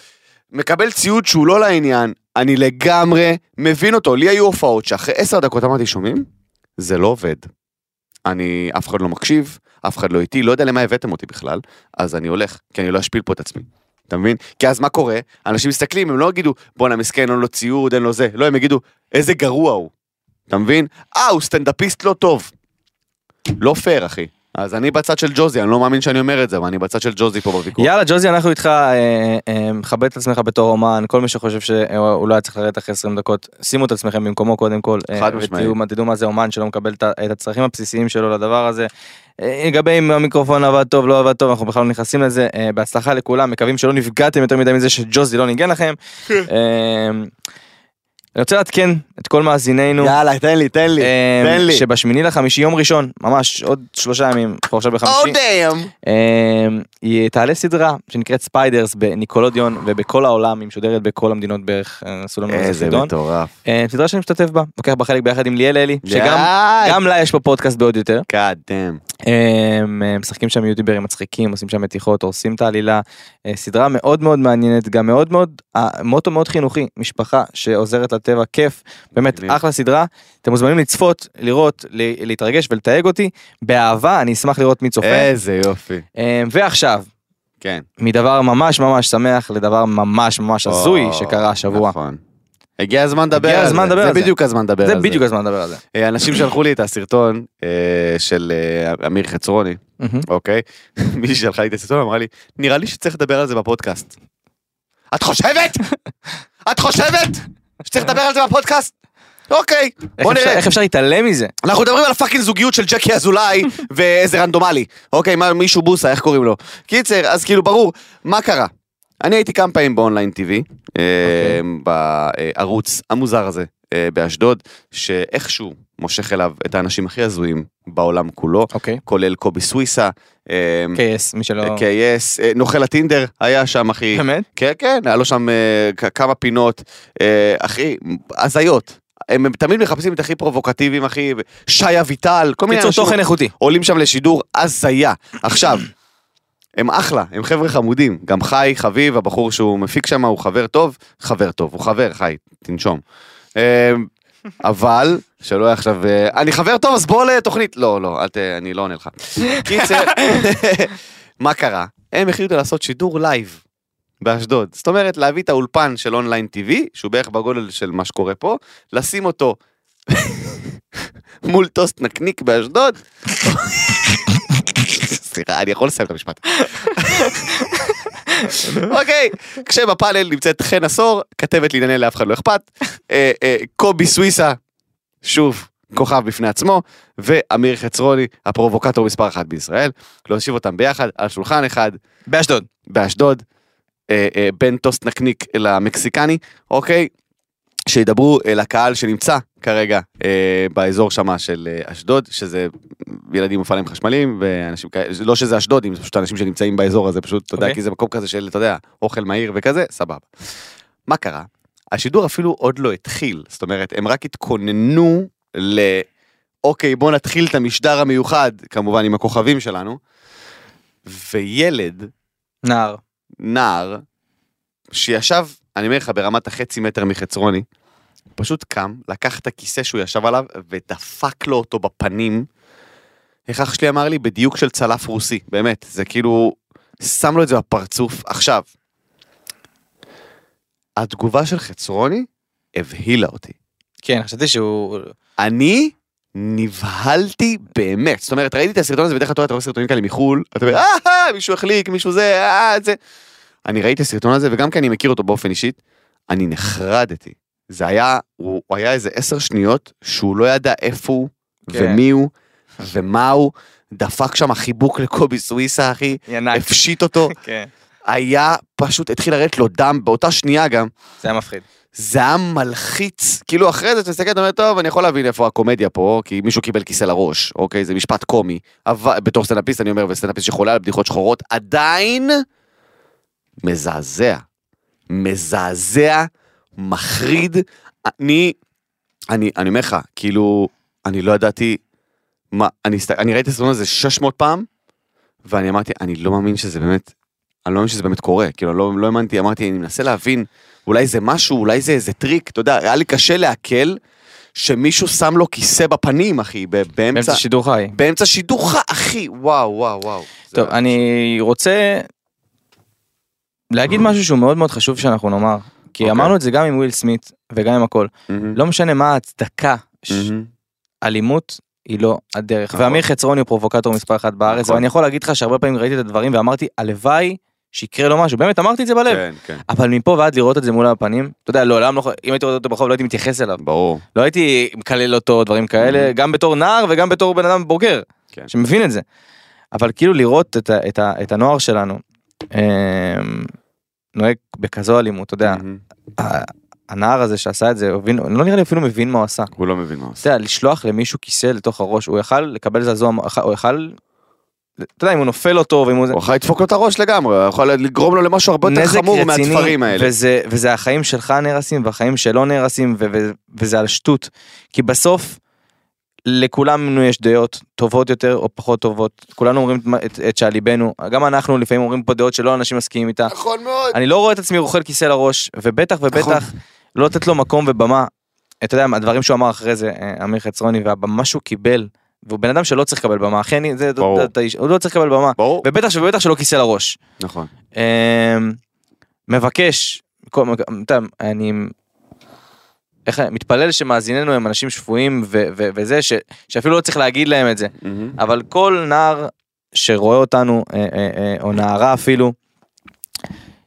Speaker 2: מקבל ציוד שהוא לא לעניין, אני לגמרי מבין אותו. לי היו הופעות שאחרי עשר דקות אמרתי, שומעים? זה לא עובד. אני, אף אחד לא מקשיב, אף אחד לא איתי, לא יודע למה הבאתם אותי בכלל, אז אני הולך, כי אני לא אשפיל פה את עצמי. אתה מבין? כי אז מה קורה? אנשים מסתכלים, הם לא יגידו, בואנה מסכן, אין לו ציוד, אין לו זה. לא, הם יגידו, איזה גרוע הוא. אתה מבין? אה, הוא סטנדאפיסט לא טוב. לא פייר, אחי. אז אני בצד של ג'וזי, אני לא מאמין שאני אומר את זה, אבל אני בצד של ג'וזי פה בוויכוח.
Speaker 3: יאללה ג'וזי אנחנו איתך, אה, אה, מכבד את עצמך בתור אומן, כל מי שחושב שהוא לא היה צריך לרדת אחרי 20 דקות, שימו את עצמכם במקומו קודם כל. אה,
Speaker 2: חד משמעית.
Speaker 3: ותראו מה- תדעו מה זה אומן שלא מקבל את ה- את הצרכים הבסיסיים שלו לדבר הזה. אה, לגבי אם המיקרופון עבד טוב, לא עבד טוב, אנחנו בכלל לא נכנסים לזה. אה, בהצלחה לכולם, מקווים שלא נפגעתם יותר מדי מזה שג'וזי לא ניגן לכם.
Speaker 2: כן.
Speaker 3: אה, אני רוצה לעדכן את כל מאזינינו.
Speaker 2: יאללה, תן לי, תן לי,
Speaker 3: אה,
Speaker 2: תן לי.
Speaker 3: שבשמיני לחמישי יום ראשון ממש עוד שלושה ימים אנחנו עכשיו בחמישי
Speaker 2: Oh damn.
Speaker 3: אמ, היא תעלה סדרה שנקראת ספיידרס בניקולודיון ובכל העולם היא משודרת בכל המדינות בערך אה, עשו לנו איזה
Speaker 2: איזה
Speaker 3: סרטון.
Speaker 2: מטורף.
Speaker 3: אמ, סדרה שאני משתתף בה לוקח בה חלק ביחד עם ליאל אלי שגם גם לה יש פה פודקאסט בעוד יותר
Speaker 2: God damn.
Speaker 3: אמ, אה, משחקים שם יוטיוברים מצחיקים עושים שם מתיחות הורסים את העלילה אה, סדרה מאוד מאוד מעניינת גם מאוד מאוד המוטו מאוד חינוכי משפחה שעוזרת לטבע כיף באמת
Speaker 2: מגניב.
Speaker 3: אחלה סדרה אתם מוזמנים לצפות לראות ל- להתרגש ולתייג אותי באהבה אני אשמח לראות מי צופה
Speaker 2: איזה יופי.
Speaker 3: אמ, ועכשיו.
Speaker 2: כן.
Speaker 3: מדבר ממש ממש שמח לדבר ממש ממש הזוי
Speaker 2: או,
Speaker 3: שקרה השבוע.
Speaker 2: נכון. הגיע הזמן לדבר
Speaker 3: הגיע
Speaker 2: על
Speaker 3: הזמן לדבר
Speaker 2: זה.
Speaker 3: על
Speaker 2: זה
Speaker 3: זה.
Speaker 2: בדיוק הזמן לדבר על
Speaker 3: זה
Speaker 2: זה.
Speaker 3: בדיוק הזמן לדבר על זה.
Speaker 2: אה, אנשים שלחו לי את הסרטון אה, של אה, אמיר חצרוני,
Speaker 3: מהמם.
Speaker 2: אוקיי? <laughs> מי ששלחה לי את הסרטון אמרה לי, נראה לי שצריך לדבר על זה בפודקאסט. את חושבת? את חושבת שצריך לדבר על זה בפודקאסט? אוקיי,
Speaker 3: איך
Speaker 2: בוא
Speaker 3: אפשר-
Speaker 2: נראה.
Speaker 3: איך אפשר להתעלם מזה?
Speaker 2: אנחנו מדברים על הפאקינג זוגיות של ג'קי
Speaker 3: <laughs>
Speaker 2: אזולאי ואיזה רנדומלי. אוקיי, מה, מישהו בוסה, איך קוראים לו? קיצר, אז כאילו ברור, מה קרה? אני הייתי כמה פעמים באונליין טיווי, אה,
Speaker 3: אוקיי.
Speaker 2: בערוץ המוזר הזה אה, באשדוד, שאיכשהו מושך אליו את האנשים הכי הזויים בעולם כולו,
Speaker 3: אוקיי.
Speaker 2: כולל קובי סוויסה, אה,
Speaker 3: KS מי שלא...
Speaker 2: KS, אה, נוכל הטינדר היה שם
Speaker 3: <laughs>
Speaker 2: אחי.
Speaker 3: באמת?
Speaker 2: כן, כן, היה לו שם אה, כ- כמה פינות, אה, אחי, הזיות. הם, הם תמיד מחפשים את הכי פרובוקטיביים, אחי, ו- שי אביטל, כל מיני
Speaker 3: קיצור
Speaker 2: אנשים
Speaker 3: תוכן איכותי.
Speaker 2: עולים שם לשידור הזיה. עכשיו, הם אחלה, הם חבר'ה חמודים. גם חי, חביב, הבחור שהוא מפיק שם, הוא חבר טוב, חבר טוב, הוא חבר, חי, תנשום. אה, אבל, שלא יהיה עכשיו, אה, אני חבר טוב, אז בוא לתוכנית. לא, לא, אל ת... אני לא עונה לך. קיצר, <laughs> מה קרה? הם החליטו לעשות שידור לייב באשדוד. זאת אומרת, להביא את האולפן של אונליין טיווי, שהוא בערך בגודל של מה שקורה פה, לשים אותו <laughs> מול טוסט נקניק באשדוד. <laughs> סליחה, אני יכול לסיים את המשפט. אוקיי, כשבפאנל נמצאת חן עשור, כתבת לענייני לאף אחד לא אכפת, אה, אה, קובי סוויסה, שוב, כוכב בפני עצמו, ואמיר חצרוני, הפרובוקטור מספר אחת בישראל, להושיב אותם ביחד על שולחן אחד,
Speaker 3: באשדוד.
Speaker 2: באשדוד, אה, אה, בין טוסט נקניק למקסיקני, אוקיי? שידברו אה, לקהל שנמצא כרגע אה, באזור שמה של אה, אשדוד, שזה ילדים עם אופניים חשמליים ואנשים כאלה, לא שזה אשדודים, זה פשוט אנשים שנמצאים באזור הזה, פשוט, אתה יודע,
Speaker 3: אוקיי.
Speaker 2: כי זה מקום כזה של, אתה יודע, אוכל מהיר וכזה, סבבה. מה קרה? השידור אפילו עוד לא התחיל, זאת אומרת, הם רק התכוננו ל... אוקיי, בוא נתחיל את המשדר המיוחד, כמובן עם הכוכבים שלנו, וילד
Speaker 3: נער.
Speaker 2: נער שישב, אני אומר לך, ברמת החצי מטר מחצרוני, פשוט קם, לקח את הכיסא שהוא ישב עליו ודפק לו אותו בפנים. איך אח שלי אמר לי? בדיוק של צלף רוסי, באמת, זה כאילו, שם לו את זה בפרצוף. עכשיו, התגובה של חצרוני הבהילה אותי.
Speaker 3: כן חשבתי שהוא...
Speaker 2: אני נבהלתי באמת. זאת אומרת, ראיתי את הסרטון הזה, בדרך כלל אתה רואה, אתה רואה סרטונים כאלה מחול, אתה אומר, אהה, מישהו החליק, מישהו זה, אה, זה. אני ראיתי את הסרטון הזה, וגם כי אני מכיר אותו באופן אישית, אני נחרדתי. זה היה, הוא, הוא היה איזה עשר שניות שהוא לא ידע איפה הוא,
Speaker 3: כן.
Speaker 2: ומי הוא, ומה הוא. דפק שם חיבוק לקובי סוויסה, אחי,
Speaker 3: ינק.
Speaker 2: הפשיט אותו,
Speaker 3: כן.
Speaker 2: היה פשוט, התחיל לרדת לו דם, באותה שנייה גם,
Speaker 3: זה היה מפחיד.
Speaker 2: זה היה מלחיץ, כאילו אחרי זה אתה מסתכל, אתה אומר, טוב, אני יכול להבין איפה הקומדיה פה, כי מישהו קיבל כיסא לראש, אוקיי? זה משפט קומי. אבל, בתור סטנדאפיסט אני אומר, וסטנדאפיסט שחולה על בדיחות שחורות, עדיין מזעזע. מזעזע, מחריד. אני אני אני אומר לך, כאילו, אני לא ידעתי מה, אני, הסת... אני ראיתי את הסרטון הזה 600 פעם, ואני אמרתי, אני לא מאמין שזה באמת, אני לא מאמין שזה באמת קורה, כאילו, לא, לא האמנתי, אמרתי, אני מנסה להבין, אולי זה משהו, אולי זה איזה טריק, אתה יודע, היה לי קשה לעכל שמישהו שם לו כיסא בפנים, אחי, ב- באמצע,
Speaker 3: באמצע שידור חי.
Speaker 2: באמצע שידוך, אחי, וואו, וואו, וואו. זה-
Speaker 3: טוב, אני רוצה להגיד משהו שהוא מאוד מאוד חשוב שאנחנו נאמר. כי
Speaker 2: אוקיי.
Speaker 3: אמרנו את זה גם עם וויל סמית וגם עם הכל.
Speaker 2: מהמם,
Speaker 3: לא משנה מה ההצדקה, ש-
Speaker 2: מהמם.
Speaker 3: אלימות היא לא הדרך.
Speaker 2: נכון.
Speaker 3: ואמיר חצרוני הוא פרובוקטור מספר אחת בארץ,
Speaker 2: נכון.
Speaker 3: ואני יכול להגיד לך שהרבה פעמים ראיתי את הדברים ואמרתי, הלוואי שיקרה לו משהו. באמת, אמרתי את זה בלב.
Speaker 2: כן, כן,
Speaker 3: אבל מפה ועד לראות את זה מול הפנים, אתה יודע, לעולם לא, יכול- אם הייתי רואה אותו ברחוב לא הייתי מתייחס אליו.
Speaker 2: ברור.
Speaker 3: לא הייתי מקלל אותו, דברים כאלה, גם בתור נער וגם בתור בן אדם בוגר,
Speaker 2: כן.
Speaker 3: שמבין את זה. אבל כאילו לראות את, ה- את, ה- את הנוער שלנו אמ, נוהג בכזו אלימות, אתה יודע,
Speaker 2: מהמם.
Speaker 3: ה- הנער הזה שעשה את זה, הוא הבין- לא נראה לי אפילו מבין מה הוא עשה.
Speaker 2: הוא לא מבין מה הוא עושה.
Speaker 3: אתה יודע, לשלוח למישהו כיסא לתוך הראש, הוא יכל לקבל זעזוע, הוא יכל, אתה יודע, אם הוא נופל אותו, ואם הוא... זה-
Speaker 2: הוא יכול לדפוק לו את הראש לגמרי, הוא יכול לגרום לו למשהו הרבה יותר
Speaker 3: נזק
Speaker 2: חמור
Speaker 3: רציני,
Speaker 2: מהתפרים האלה.
Speaker 3: וזה, וזה החיים שלך נהרסים והחיים שלו נהרסים ו- ו- וזה על שטות. כי בסוף לכולנו יש דעות טובות יותר או פחות טובות. כולנו אומרים את מה- את, את שעל ליבנו, גם אנחנו לפעמים אומרים פה דעות שלא אנשים מסכימים איתה.
Speaker 2: נכון מאוד.
Speaker 3: אני לא רואה את עצמי רוכל כיסא לראש ובטח
Speaker 2: נכון.
Speaker 3: ובטח לא לתת לו מקום ובמה. אתה יודע, הדברים שהוא אמר אחרי זה, אה, אמיר חצרוני, והבמה שהוא קיבל, והוא בן אדם שלא צריך לקבל במה, אכן, זה, אתה
Speaker 2: ברור.
Speaker 3: יודע, אתה איש- הוא לא צריך לקבל במה,
Speaker 2: ברור.
Speaker 3: ובטח שבטח שלא כיסא לראש.
Speaker 2: נכון.
Speaker 3: אמ, מבקש, כל- אתה יודע, אני איך, מתפלל שמאזיננו הם אנשים שפויים ו- ו- וזה, ש- שאפילו לא צריך להגיד להם את זה, אבל כל נער שרואה אותנו, אה, אה, אה, או נערה אפילו,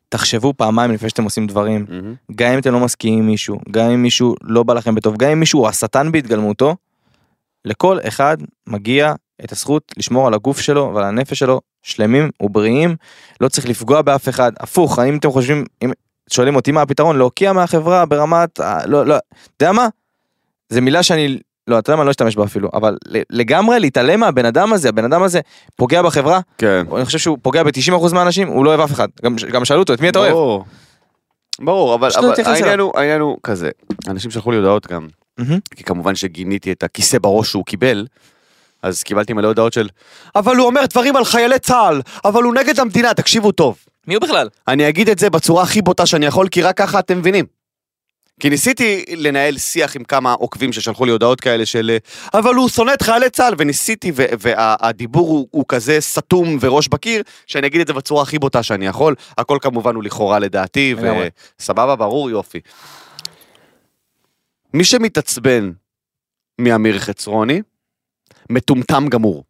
Speaker 3: תחשבו פעמיים לפני שאתם עושים דברים, גם אם אתם לא מסכימים עם מישהו, גם אם מישהו לא בא לכם בטוב, גם אם מישהו הוא השטן בהתגלמותו, לכל אחד מגיע את הזכות לשמור על הגוף שלו ועל הנפש שלו שלמים ובריאים, לא צריך לפגוע באף אחד, הפוך, האם אתם חושבים, אם שואלים אותי מה הפתרון, להוקיע מהחברה ברמת, ה- לא, לא, אתה יודע מה? זה מילה שאני, לא, אתה יודע מה, אני לא אשתמש בה אפילו, אבל ל- לגמרי להתעלם מהבן אדם הזה, הבן אדם הזה פוגע בחברה,
Speaker 2: כן.
Speaker 3: אני חושב שהוא פוגע ב-90% מהאנשים, הוא לא אוהב אף אחד, גם, גם שאלו אותו, את מי אתה אוהב?
Speaker 2: ברור. ברור, אבל
Speaker 3: פשוט
Speaker 2: אבל
Speaker 3: לא להתייחס אליו.
Speaker 2: העניין הוא- העניין הוא כזה, אנשים שלחו לי הודעות גם,
Speaker 3: מהמם.
Speaker 2: כי כמובן שגיניתי את הכיסא בראש שהוא קיבל, אז קיבלתי מלא הודעות של, אבל הוא אומר דברים על חיילי צה"ל, אבל הוא נגד המדינה, תקשיבו טוב.
Speaker 3: מי הוא בכלל?
Speaker 2: אני אגיד את זה בצורה הכי בוטה שאני יכול, כי רק ככה אתם מבינים. כי ניסיתי לנהל שיח עם כמה עוקבים ששלחו לי הודעות כאלה של אה, אבל הוא שונא את חיילי צה"ל, וניסיתי, והדיבור וה, הדיבור הוא, הוא כזה סתום וראש בקיר, שאני אגיד את זה בצורה הכי בוטה שאני יכול. הכל כמובן הוא לכאורה לדעתי,
Speaker 3: לגמרי.
Speaker 2: וסבבה, ברור, יופי. מי שמתעצבן מאמיר חצרוני, מטומטם גמור.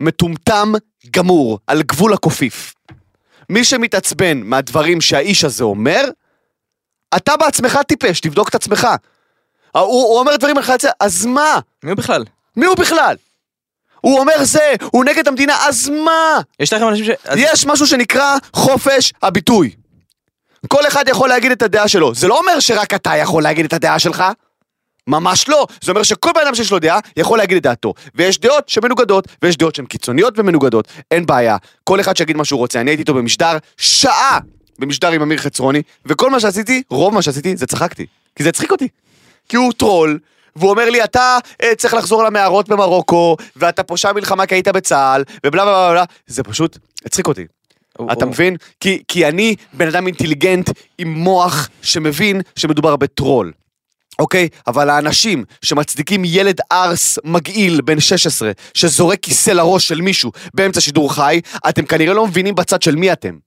Speaker 2: מטומטם גמור, על גבול הקופיף. מי שמתעצבן מהדברים שהאיש הזה אומר, אתה בעצמך טיפש, תבדוק את עצמך. הוא, הוא אומר דברים על חיילי צה"ל, אז מה?
Speaker 3: מי הוא בכלל?
Speaker 2: מי הוא בכלל? הוא אומר זה, הוא נגד המדינה, אז מה?
Speaker 3: יש לכם אנשים ש... אז-
Speaker 2: יש משהו שנקרא חופש הביטוי. כל אחד יכול להגיד את הדעה שלו. זה לא אומר שרק אתה יכול להגיד את הדעה שלך. ממש לא. זה אומר שכל בן אדם שיש לו דעה, יכול להגיד את דעתו. ויש דעות שמנוגדות, ויש דעות שהן קיצוניות ומנוגדות. אין בעיה. כל אחד שיגיד מה שהוא רוצה. אני הייתי איתו במשדר שעה במשדר עם אמיר חצרוני, וכל מה שעשיתי, רוב מה שעשיתי, זה צחקתי. כי זה הצחיק אותי. כי הוא טרול, והוא אומר לי, אתה אה, צריך לחזור למערות במרוקו, ואתה פושע מלחמה כי היית בצה"ל, ובלה בלה בלה בלה. זה פשוט הצחיק אותי.
Speaker 3: הוא-
Speaker 2: אתה
Speaker 3: הוא-
Speaker 2: מבין? כי, כי אני בן אדם אינטליגנט עם מוח שמבין שמדובר בטרול. אוקיי? אבל האנשים שמצדיקים ילד ארס מגעיל בן 16 שזורק כיסא לראש של מישהו באמצע שידור חי, אתם כנראה לא מבינים בצד של מי אתם.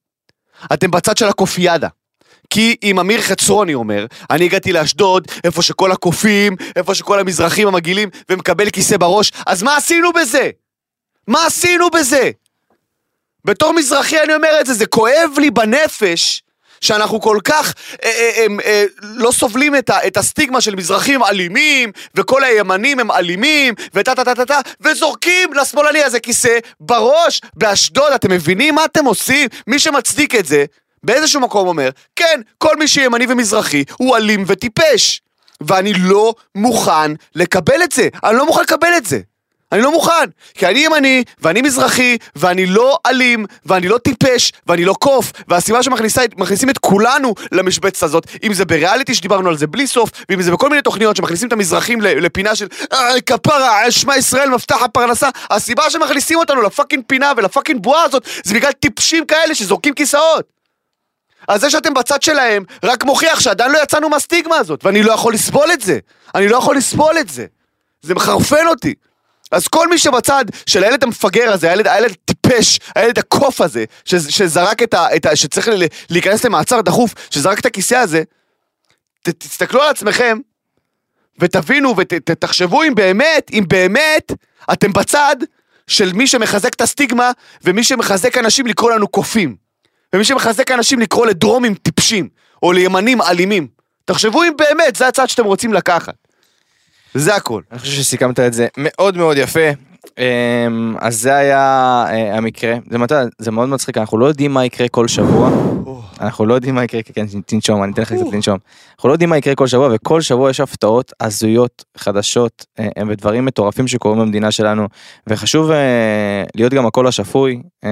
Speaker 2: אתם בצד של הקופיאדה. כי אם אמיר חצרוני אומר, אני הגעתי לאשדוד, איפה שכל הקופים, איפה שכל המזרחים המגעילים, ומקבל כיסא בראש, אז מה עשינו בזה? מה עשינו בזה? בתור מזרחי אני אומר את זה, זה כואב לי בנפש שאנחנו כל כך אה, אה, אה, אה, לא סובלים את, ה, את הסטיגמה של מזרחים אלימים, וכל הימנים הם אלימים, ותה תה תה תה תה, וזורקים לשמאלני הזה כיסא בראש, באשדוד, אתם מבינים מה אתם עושים? מי שמצדיק את זה, באיזשהו מקום אומר, כן, כל מי שימני ומזרחי הוא אלים וטיפש. ואני לא מוכן לקבל את זה, אני לא מוכן לקבל את זה. אני לא מוכן, כי אני ימני, ואני מזרחי, ואני לא אלים, ואני לא טיפש, ואני לא קוף, והסיבה שמכניסים את כולנו למשבצת הזאת, אם זה בריאליטי שדיברנו על זה בלי סוף, ואם זה בכל מיני תוכניות שמכניסים את המזרחים ל- לפינה של "אה, כפרה, שמע ישראל מפתח הפרנסה, הסיבה שמכניסים אותנו לפאקינג פינה ולפאקינג בועה הזאת, זה בגלל טיפשים כאלה שזורקים כיסאות. אז זה שאתם בצד שלהם, רק מוכיח שעדיין לא יצאנו מהסטיגמה הזאת, ואני לא יכול לסבול את זה. אני לא יכול לסבול את זה. זה מחרפן אותי. אז כל מי שבצד של הילד המפגר הזה, הילד, הילד הטיפש, הילד הקוף הזה, ש, שזרק את ה... את ה שצריך ל, להיכנס למעצר דחוף, שזרק את הכיסא הזה, ת, תסתכלו על עצמכם, ותבינו ותחשבו אם באמת, אם באמת, אתם בצד של מי שמחזק את הסטיגמה, ומי שמחזק אנשים לקרוא לנו קופים. ומי שמחזק אנשים לקרוא לדרומים טיפשים, או לימנים אלימים. תחשבו אם באמת זה הצד שאתם רוצים לקחת. זה הכל.
Speaker 3: אני חושב שסיכמת את זה מאוד מאוד יפה. אמ, אז זה היה אה, המקרה. זה, מת... זה מאוד מצחיק, אנחנו לא יודעים מה יקרה כל שבוע. אנחנו לא יודעים מה יקרה, כן, תנשום, אני אתן לך קצת לנשום. אנחנו לא יודעים מה יקרה כל שבוע, וכל שבוע יש הפתעות הזויות, חדשות, אה, ודברים מטורפים שקורים במדינה שלנו, וחשוב אה, להיות גם הקול השפוי. אה,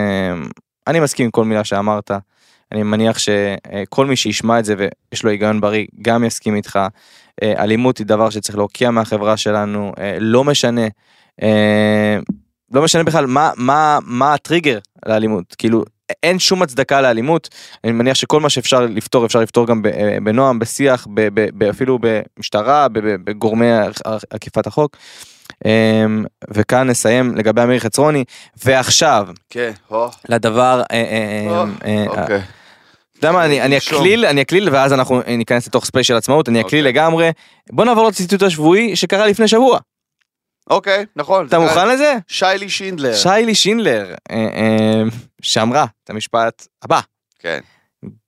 Speaker 3: אני מסכים עם כל מילה שאמרת. אני מניח שכל מי שישמע את זה ויש לו היגיון בריא, גם יסכים איתך. אה, אלימות היא דבר שצריך להוקיע מהחברה שלנו, אה, לא משנה. אה, לא משנה בכלל מה, מה, מה הטריגר לאלימות, כאילו אין שום הצדקה לאלימות, אני מניח שכל מה שאפשר לפתור אפשר לפתור גם ב- אה, בנועם, בשיח, ב, ב, ב, אפילו במשטרה, ב- ב- בגורמי אכיפת החוק. אה, וכאן נסיים לגבי אמיר חצרוני, ועכשיו
Speaker 2: כן,
Speaker 3: לדבר, אה, אה, אה, אה,
Speaker 2: אוקיי.
Speaker 3: אתה יודע מה, אני אני
Speaker 2: שלשום.
Speaker 3: אקליל, אני אקליל, ואז אנחנו ניכנס לתוך ספיישל עצמאות, אני אקליל לגמרי. בוא נעבור לציטוט השבועי שקרה לפני שבוע.
Speaker 2: אוקיי, נכון.
Speaker 3: אתה
Speaker 2: זה
Speaker 3: מוכן
Speaker 2: היה-
Speaker 3: לזה?
Speaker 2: שיילי שינדלר.
Speaker 3: שיילי שינדלר, אה, אה, שאמרה את המשפט הבא,
Speaker 2: כן.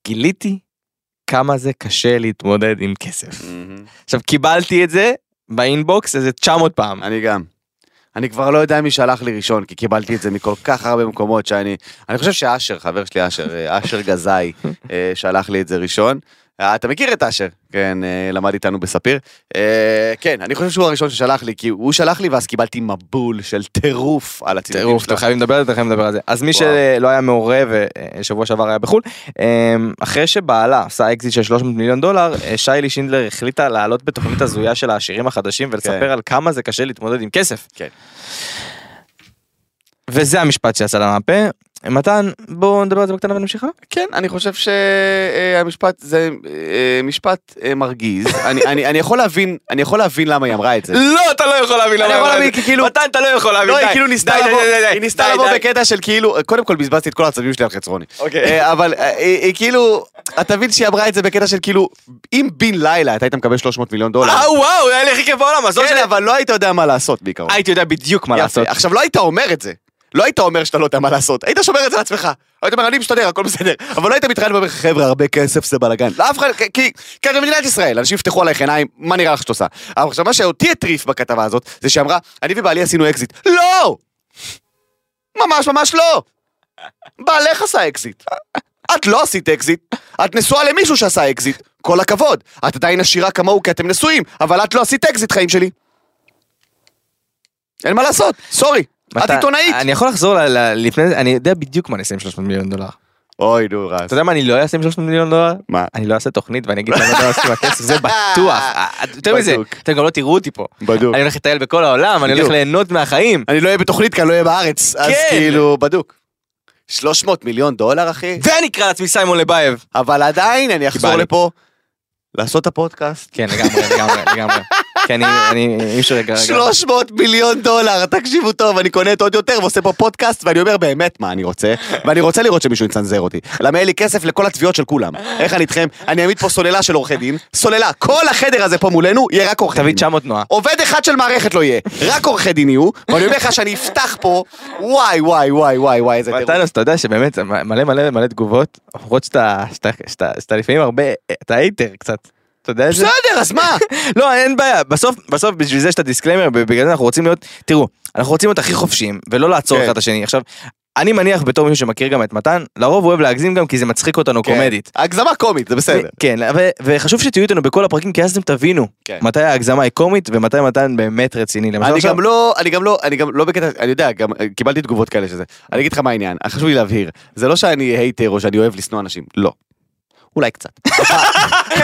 Speaker 3: גיליתי כמה זה קשה להתמודד עם כסף. עכשיו, קיבלתי את זה באינבוקס איזה 900 פעם.
Speaker 2: אני גם. אני כבר לא יודע מי שלח לי ראשון, כי קיבלתי את זה מכל כך הרבה מקומות שאני... אני חושב שאשר, חבר שלי אשר, אה, אשר גזאי, אה, שלח לי את זה ראשון. אה, אתה מכיר את אשר, כן, אה, למד איתנו בספיר. אה, כן, אני חושב שהוא הראשון ששלח לי, כי הוא שלח לי ואז קיבלתי מבול של טירוף על הציטוטים
Speaker 3: טירוף, אתם חייבים לדבר על זה, אתם חייבים לדבר על זה. אז מי
Speaker 2: וואו.
Speaker 3: שלא היה מעורב, אה, שבוע שעבר היה בחו"ל, אה, אחרי שבעלה עשה אקזיט של 300 מיליון דולר, אה, שיילי שינדלר החליטה לעלות בתוכנית הזויה של העשירים החדשים
Speaker 2: כן.
Speaker 3: ולספר על כמה זה קשה להתמודד עם כסף.
Speaker 2: כן.
Speaker 3: וזה המשפט שיצא לה מהפה. מתן, בואו נדבר על זה בקטנה ונמשיכה.
Speaker 2: כן, אני חושב שהמשפט זה אה, משפט אה, מרגיז. <laughs> אני- אני אני יכול להבין, אני יכול להבין למה היא אמרה את זה.
Speaker 3: לא, אתה לא יכול להבין
Speaker 2: למה היא
Speaker 3: אני יכול
Speaker 2: אמרה
Speaker 3: להבין,
Speaker 2: את זה.
Speaker 3: כי כאילו... מתן, אתה לא יכול להבין,
Speaker 2: לא, היא כאילו ניסתה
Speaker 3: די, די,
Speaker 2: לבוא,
Speaker 3: די, די,
Speaker 2: היא ניסתה
Speaker 3: די,
Speaker 2: לבוא
Speaker 3: די.
Speaker 2: בקטע של כאילו, קודם כל בזבזתי את כל העצבים שלי על חצרוני.
Speaker 3: אוקיי.
Speaker 2: אה, אבל אה, היא היא כאילו, אתה מבין שהיא אמרה את זה בקטע של כאילו, אם בן לילה אתה היית מקבל 300 מיליון דולר.
Speaker 3: אה, וואו, היה לי הכי כיף בעולם, אז לא
Speaker 2: כן,
Speaker 3: משנה,
Speaker 2: אבל לא היית יודע מה לעשות בעיקרון.
Speaker 3: הייתי יודע בדיוק מה
Speaker 2: יפה.
Speaker 3: לעשות.
Speaker 2: עכשיו, לא היית אומר את זה. לא היית אומר שאתה לא יודע מה לעשות, היית שומר את זה לעצמך. היית אומר, אני משתדר, הכל בסדר. אבל לא היית מתראיין ואומר, חבר'ה, הרבה כסף זה בלאגן. לא, אף אחד, כי, כי את במדינת ישראל, אנשים יפתחו עלייך עיניים, מה נראה לך שאת עושה? אבל עכשיו, מה שאותי הטריף בכתבה הזאת, זה שהיא אמרה, אני ובעלי עשינו אקזיט. לא! ממש ממש לא! בעלך עשה אקזיט. את לא עשית אקזיט, את נשואה למישהו שעשה אקזיט. כל הכבוד, את עדיין עשירה כמוהו כי אתם נשואים, אבל את לא עשית אקזיט, חיים שלי. אין מה לעשות, סורי, את
Speaker 3: אתה-
Speaker 2: עיתונאית.
Speaker 3: אני יכול לחזור ל- ל- לפני זה, אני יודע בדיוק מה אני אעשה עם 300 מיליון דולר.
Speaker 2: אוי, נו, רז.
Speaker 3: אתה יודע מה אני לא אעשה עם 300 מיליון דולר?
Speaker 2: מה?
Speaker 3: אני לא אעשה תוכנית ואני אגיד למה לא עשיתי מהכסף,
Speaker 2: <laughs>
Speaker 3: זה בטוח. אה, יותר מזה,
Speaker 2: בדוק.
Speaker 3: אתם גם לא תראו אותי פה.
Speaker 2: בדוק.
Speaker 3: אני הולך לטייל בכל העולם, אני הולך
Speaker 2: בדיוק.
Speaker 3: ליהנות מהחיים.
Speaker 2: אני לא אהיה בתוכנית כי אני לא אהיה בארץ, אז
Speaker 3: כן.
Speaker 2: כאילו, בדוק. 300 מיליון דולר, אחי?
Speaker 3: ואני אקרא לעצמי סיימון לבייב.
Speaker 2: אבל עדיין אני
Speaker 3: כי בא
Speaker 2: אחזור
Speaker 3: לי.
Speaker 2: לפה, לעשות את הפודקאסט.
Speaker 3: כן, לגמרי, לגמרי, לגמרי. כי אני, אני, אי אפשר רגע, רגע.
Speaker 2: 300 מיליון דולר, תקשיבו טוב, אני קונה את עוד יותר ועושה פה פודקאסט, ואני אומר באמת מה אני רוצה, ואני רוצה לראות שמישהו יצנזר אותי. למה אין לי כסף לכל התביעות של כולם. איך אני איתכם? אני אעמיד פה סוללה של עורכי דין, סוללה, כל החדר הזה פה מולנו יהיה רק עורכי דין.
Speaker 3: תביא 900 נועה.
Speaker 2: עובד אחד של מערכת לא יהיה, רק עורכי דין יהיו, ואני אומר לך שאני אפתח פה, וואי וואי וואי וואי וואי, איזה טירוף.
Speaker 3: מתנוס, אתה יודע שבאמת זה מלא מלא מלא תגובות, למרות שאתה- שאתה שאתה- שאתה לפעמים הרבה, אתה הייטר קצת. אתה יודע את זה?
Speaker 2: בסדר, אז מה?
Speaker 3: <laughs> לא, אין בעיה, בסוף, בסוף בשביל זה יש את הדיסקליימר, בגלל זה אנחנו רוצים להיות, תראו, אנחנו רוצים להיות הכי חופשיים, ולא לעצור
Speaker 2: כן.
Speaker 3: אחד את השני. עכשיו, אני מניח בתור מישהו שמכיר גם את מתן, לרוב הוא אוהב להגזים גם כי זה מצחיק אותנו
Speaker 2: כן.
Speaker 3: קומדית.
Speaker 2: הגזמה קומית, זה בסדר.
Speaker 3: ו- כן, ו- וחשוב שתהיו איתנו בכל הפרקים, כי אז אתם תבינו
Speaker 2: כן.
Speaker 3: מתי ההגזמה היא קומית ומתי מתן באמת רציני. למשל
Speaker 2: אני
Speaker 3: עכשיו-
Speaker 2: גם לא, אני גם לא, אני גם לא בקטע, אני יודע, גם אה, קיבלתי תגובות כאלה שזה. אני אגיד לך מה העניין, אה, חשוב לי להבהיר, זה לא שאני הייטר או שאני אוהב לשנוא אנשים, לא. <laughs> אולי קצת.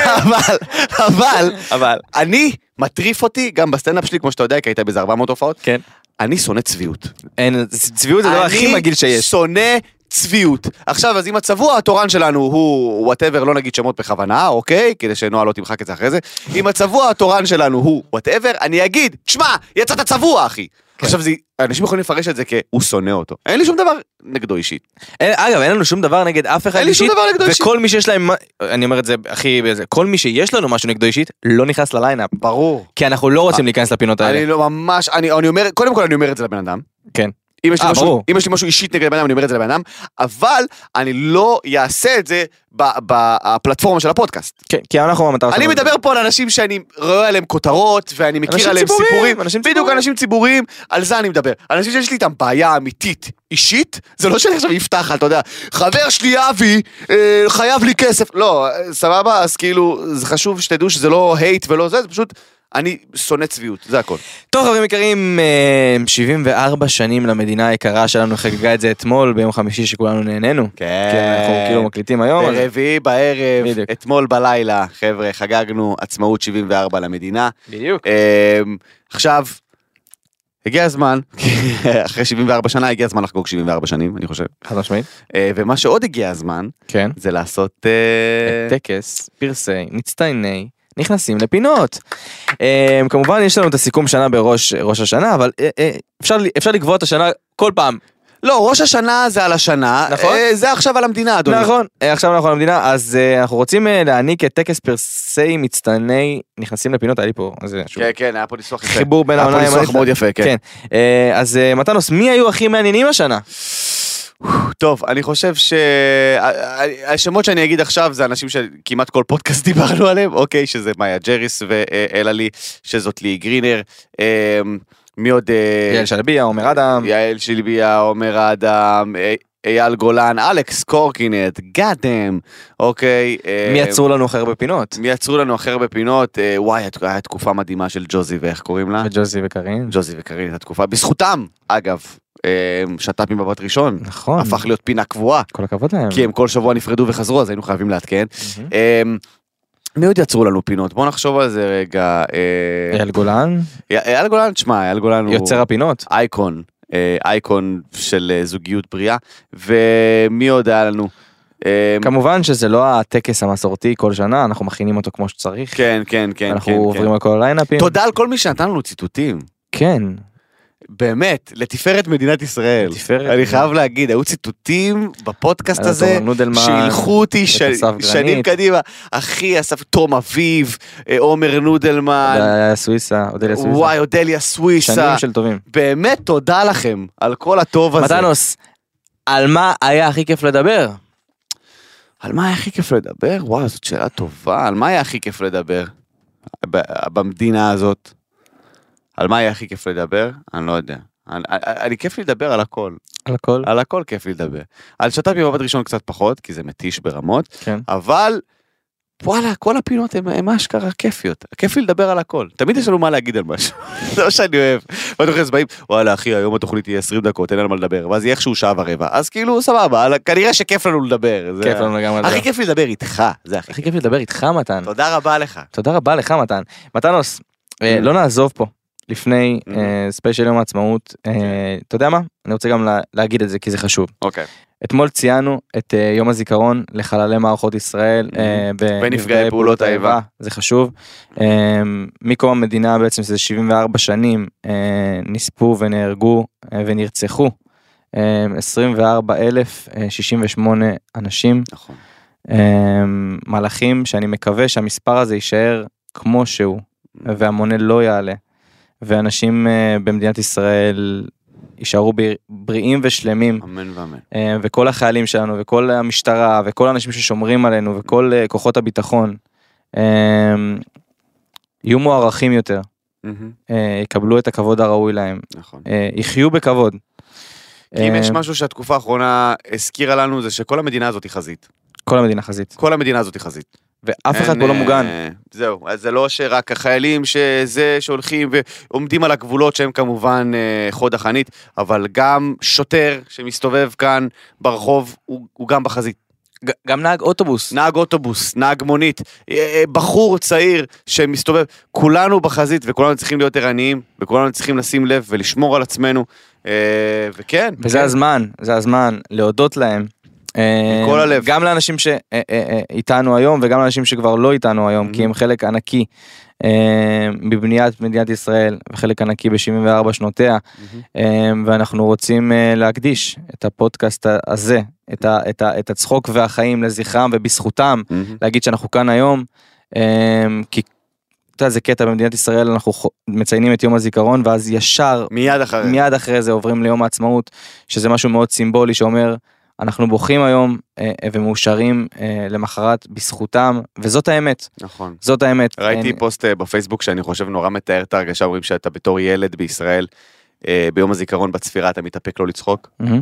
Speaker 2: אבל, אבל,
Speaker 3: אבל,
Speaker 2: אני, מטריף אותי גם בסטנדאפ שלי, כמו שאתה יודע, כי היית באיזה 400 הופעות,
Speaker 3: כן.
Speaker 2: אני שונא צביעות.
Speaker 3: אין, צביעות זה הדבר הכי מגעיל
Speaker 2: אני
Speaker 3: שיש.
Speaker 2: שונא צביעות. עכשיו, אז אם הצבוע התורן שלנו הוא וואטאבר, לא נגיד שמות בכוונה, אוקיי? כדי שנועה לא תמחק את זה אחרי זה. אם הצבוע התורן שלנו הוא וואטאבר, אני אגיד, שמע, יצאת צבוע, אחי.
Speaker 3: כן.
Speaker 2: עכשיו, זה, אנשים יכולים לפרש את זה כ-הוא שונא אותו. אין לי שום דבר נגדו אישית.
Speaker 3: אין, אגב, אין לנו שום דבר נגד אף אחד
Speaker 2: אין לי שום
Speaker 3: אישית,
Speaker 2: דבר נגדו אישית.
Speaker 3: וכל מי שיש להם, מה- אני אומר את זה הכי, בזה, כל מי שיש לנו משהו נגדו אישית, לא נכנס לליינאפ,
Speaker 2: ברור.
Speaker 3: כי אנחנו לא רוצים להיכנס לפינות האלה.
Speaker 2: אה, אני לא ממש, אני, אני אומר, קודם כל אני אומר את זה לבן אדם.
Speaker 3: כן.
Speaker 2: אם יש, לי
Speaker 3: אה,
Speaker 2: משהו,
Speaker 3: ברור.
Speaker 2: אם יש לי משהו אישית נגד הבן אדם, אני אומר את זה לבן אדם, אבל אני לא אעשה את זה ב- בפלטפורמה של הפודקאסט.
Speaker 3: כן, כי אנחנו המטרה
Speaker 2: אני
Speaker 3: שלנו.
Speaker 2: מדבר פה על אנשים שאני רואה עליהם כותרות, ואני מכיר
Speaker 3: אנשים
Speaker 2: עליהם
Speaker 3: ציבוריים,
Speaker 2: סיפורים.
Speaker 3: אנשים
Speaker 2: בדיוק,
Speaker 3: ציבוריים.
Speaker 2: אנשים ציבוריים, על זה אני מדבר. אנשים שיש לי איתם בעיה אמיתית, אישית, זה לא שאני עכשיו אפתח, אתה יודע, חבר שלי אבי, אה, חייב לי כסף. לא, אה, סבבה, אז כאילו, זה חשוב שתדעו שזה לא הייט ולא זה, זה פשוט, אני שונא צביעות, זה הכל.
Speaker 3: טוב חברים יקרים, אה, 74 שנים למדינה היקרה שלנו, חגגה את זה אתמול ביום חמישי שכולנו נהנינו.
Speaker 2: כן.
Speaker 3: כי אנחנו כאילו מקליטים היום. אז-
Speaker 2: ברביעי בערב,
Speaker 3: בדיוק.
Speaker 2: אתמול בלילה, חבר'ה, חגגנו עצמאות 74 למדינה.
Speaker 3: בדיוק.
Speaker 2: אמ, עכשיו, הגיע הזמן, <laughs> אחרי 74 שנה הגיע הזמן לחגוג 74 שנים, אני חושב.
Speaker 3: חד משמעית.
Speaker 2: אה, ומה שעוד הגיע הזמן,
Speaker 3: כן.
Speaker 2: זה לעשות... אה,
Speaker 3: טקס, פרסי, מצטייני, נכנסים לפינות. אה, כמובן יש לנו את הסיכום שנה בראש ראש השנה, אבל אה, אה, אפשר ל- אפשר לקבוע את השנה כל פעם.
Speaker 2: לא, ראש השנה זה על השנה,
Speaker 3: נכון.
Speaker 2: אה, זה עכשיו על המדינה, אדוני.
Speaker 3: נכון, אה, עכשיו אנחנו על המדינה, אז אה, אנחנו רוצים אה, להעניק את טקס פרסי מצטייני נכנסים לפינות, היה לי פה, אז אה, שוב.
Speaker 2: כן, כן, היה פה ניסוח יפה.
Speaker 3: חיבור בין
Speaker 2: היה פה
Speaker 3: העונה
Speaker 2: ניסוח מאוד יפה, כן.
Speaker 3: כן. אה, אז אה, מתנוס, מי היו הכי מעניינים השנה?
Speaker 2: טוב, אני חושב שהשמות שאני אגיד עכשיו זה אנשים שכמעט כל פודקאסט <laughs> דיברנו עליהם, אוקיי, שזה מאיה ג'ריס ואלעלי, שזאת לי גרינר, אה, מי עוד? אה,
Speaker 3: יעל שלביה, עומר אדם.
Speaker 2: יעל שלביה, עומר אדם, אה, אייל גולן, אלכס קורקינט, גאדם, אוקיי. אה,
Speaker 3: מי יצרו לנו הכי הרבה פינות?
Speaker 2: מי יצרו לנו אחר בפינות, אה, וואי, הת- הייתה תקופה מדהימה של ג'וזי ואיך קוראים לה?
Speaker 3: וג'וזי וקארין.
Speaker 2: אה, ג'וזי וקארין הייתה תקופה, בזכותם, אגב, אה, שת"פ ממבט ראשון,
Speaker 3: נכון.
Speaker 2: הפך כן. להיות פינה קבועה.
Speaker 3: כל הכבוד להם.
Speaker 2: כי הם כל שבוע נפרדו וחזרו אז היינו חייבים לעדכן.
Speaker 3: מהמם.
Speaker 2: אמ, מי עוד יצרו לנו פינות? בוא נחשוב על זה רגע. אה,
Speaker 3: אייל גולן,
Speaker 2: י- אייל גולן, תשמע, אייל גולן הוא
Speaker 3: יוצר הפינות.
Speaker 2: אייקון, אה, אייקון של אה, זוגיות בריאה. ומי עוד היה לנו? אמ,
Speaker 3: כמובן שזה לא הטקס המסורתי כל שנה, אנחנו מכינים אותו כמו שצריך.
Speaker 2: כן, כן, כן,
Speaker 3: אנחנו
Speaker 2: כן.
Speaker 3: עוברים
Speaker 2: כן.
Speaker 3: על כל הליינאפים.
Speaker 2: תודה על כל מי שנתן לנו ציטוטים.
Speaker 3: כן.
Speaker 2: באמת, לתפארת מדינת ישראל.
Speaker 3: לתפארת.
Speaker 2: אני חייב להגיד, היו ציטוטים בפודקאסט
Speaker 3: היה
Speaker 2: הזה.
Speaker 3: תומר נודלמן.
Speaker 2: שהילכו אותי ש-
Speaker 3: אסף
Speaker 2: שנים
Speaker 3: גרנית.
Speaker 2: קדימה, אחי אסף תום אביב, אה, עומר נודלמן,
Speaker 3: היה סוויסה, אודליה סוויסה.
Speaker 2: וואי, אודליה סוויסה.
Speaker 3: שנים של טובים.
Speaker 2: באמת תודה לכם על כל הטוב הזה.
Speaker 3: מתנוס, על מה היה הכי כיף לדבר?
Speaker 2: על מה היה הכי כיף לדבר? וואו, זאת שאלה טובה. על מה היה הכי כיף לדבר? ב- במדינה הזאת. על מה היה הכי כיף לדבר? אני לא יודע. אני, אני, אני כיף לי לדבר על הכל.
Speaker 3: על הכל.
Speaker 2: על הכל כיף לי לדבר. על שת"פ במבט ראשון קצת פחות, כי זה מתיש ברמות,
Speaker 3: כן.
Speaker 2: אבל וואלה, כל הפינות הן- הן אשכרה כיפיות. כיף לי לדבר על הכל. תמיד יש לנו מה להגיד על משהו. <laughs> זה מה שאני אוהב. ואתה חושב, באים, וואלה, אחי, היום התוכנית תהיה 20 דקות, אין על מה לדבר, ואז יהיה איכשהו שעה ורבע. אז כאילו, סבבה, על- כנראה שכיף לנו לדבר. זה-
Speaker 3: כיף לנו לגמרי.
Speaker 2: הכי
Speaker 3: לדבר.
Speaker 2: כיף לי לדבר איתך, זה הכי
Speaker 3: הכי <laughs>
Speaker 2: כיף.
Speaker 3: כיף לדבר איתך, מתן.
Speaker 2: תודה רבה לך.
Speaker 3: תודה רבה לך, מתן. מתנוס, אה, לא נעזוב פה. לפני
Speaker 2: Mhm.
Speaker 3: אה, ספיישל יום העצמאות,
Speaker 2: כן.
Speaker 3: אה, אתה יודע מה? אני רוצה גם לה- להגיד את זה כי זה חשוב.
Speaker 2: אוקיי.
Speaker 3: אתמול ציינו את אה, יום הזיכרון לחללי מערכות ישראל
Speaker 2: Mhm.
Speaker 3: אה,
Speaker 2: ונפגעי פעולות האיבה.
Speaker 3: זה חשוב. אה, מקום המדינה בעצם שזה 74 שנים אה, נספו ונהרגו אה, ונרצחו אה, 24,068 אה, אנשים,
Speaker 2: נכון.
Speaker 3: אה, מלאכים שאני מקווה שהמספר הזה יישאר כמו שהוא
Speaker 2: Mm-hmm.
Speaker 3: והמונה לא יעלה. ואנשים אה, במדינת ישראל יישארו בר- בריאים ושלמים
Speaker 2: אמן ואמן.
Speaker 3: אה, וכל החיילים שלנו וכל המשטרה וכל האנשים ששומרים עלינו וכל אה, כוחות הביטחון אה, יהיו מוערכים יותר,
Speaker 2: מהמם.
Speaker 3: אה, יקבלו את הכבוד הראוי להם,
Speaker 2: נכון.
Speaker 3: אה, יחיו בכבוד.
Speaker 2: כי אם יש
Speaker 3: אה,
Speaker 2: משהו שהתקופה האחרונה הזכירה לנו זה שכל המדינה הזאת היא חזית.
Speaker 3: כל המדינה חזית.
Speaker 2: כל המדינה הזאת היא חזית.
Speaker 3: ואף
Speaker 2: אין,
Speaker 3: אחד פה לא מוגן.
Speaker 2: אה, זהו, אז זה לא שרק החיילים שזה שהולכים ועומדים על הגבולות שהם כמובן אה, חוד החנית, אבל גם שוטר שמסתובב כאן ברחוב הוא, הוא גם בחזית.
Speaker 3: ג- גם נהג אוטובוס.
Speaker 2: נהג אוטובוס, נהג מונית, אה, אה, בחור צעיר שמסתובב, כולנו בחזית וכולנו צריכים להיות ערניים וכולנו צריכים לשים לב ולשמור על עצמנו, אה, וכן.
Speaker 3: וזה
Speaker 2: כן.
Speaker 3: הזמן, זה הזמן להודות להם. אה,
Speaker 2: מכל הלב.
Speaker 3: גם לאנשים אה, שאיתנו היום וגם לאנשים שכבר לא איתנו
Speaker 2: Mm-hmm.
Speaker 3: היום, כי הם חלק ענקי אה, בבניית מדינת ישראל וחלק ענקי ב-74 שנותיה, אה, ואנחנו רוצים אה, להקדיש את הפודקאסט הזה, את ה- את ה- את הצחוק והחיים לזכרם ובזכותם, להגיד שאנחנו כאן היום, אה, כי אתה יודע, זה קטע במדינת ישראל, אנחנו חו- מציינים את יום הזיכרון ואז ישר
Speaker 2: מיד אחרי.
Speaker 3: מיד אחרי זה עוברים ליום העצמאות, שזה משהו מאוד סימבולי שאומר, אנחנו בוכים היום אה, אה, ומאושרים אה, למחרת בזכותם, וזאת האמת,
Speaker 2: נכון.
Speaker 3: זאת האמת. כן,
Speaker 2: ראיתי
Speaker 3: אין-
Speaker 2: פוסט אה, בפייסבוק שאני חושב נורא מתאר את ההרגשה, אומרים שאתה בתור ילד בישראל, אה, ביום הזיכרון בצפירה אתה מתאפק לא לצחוק,
Speaker 3: מהמם.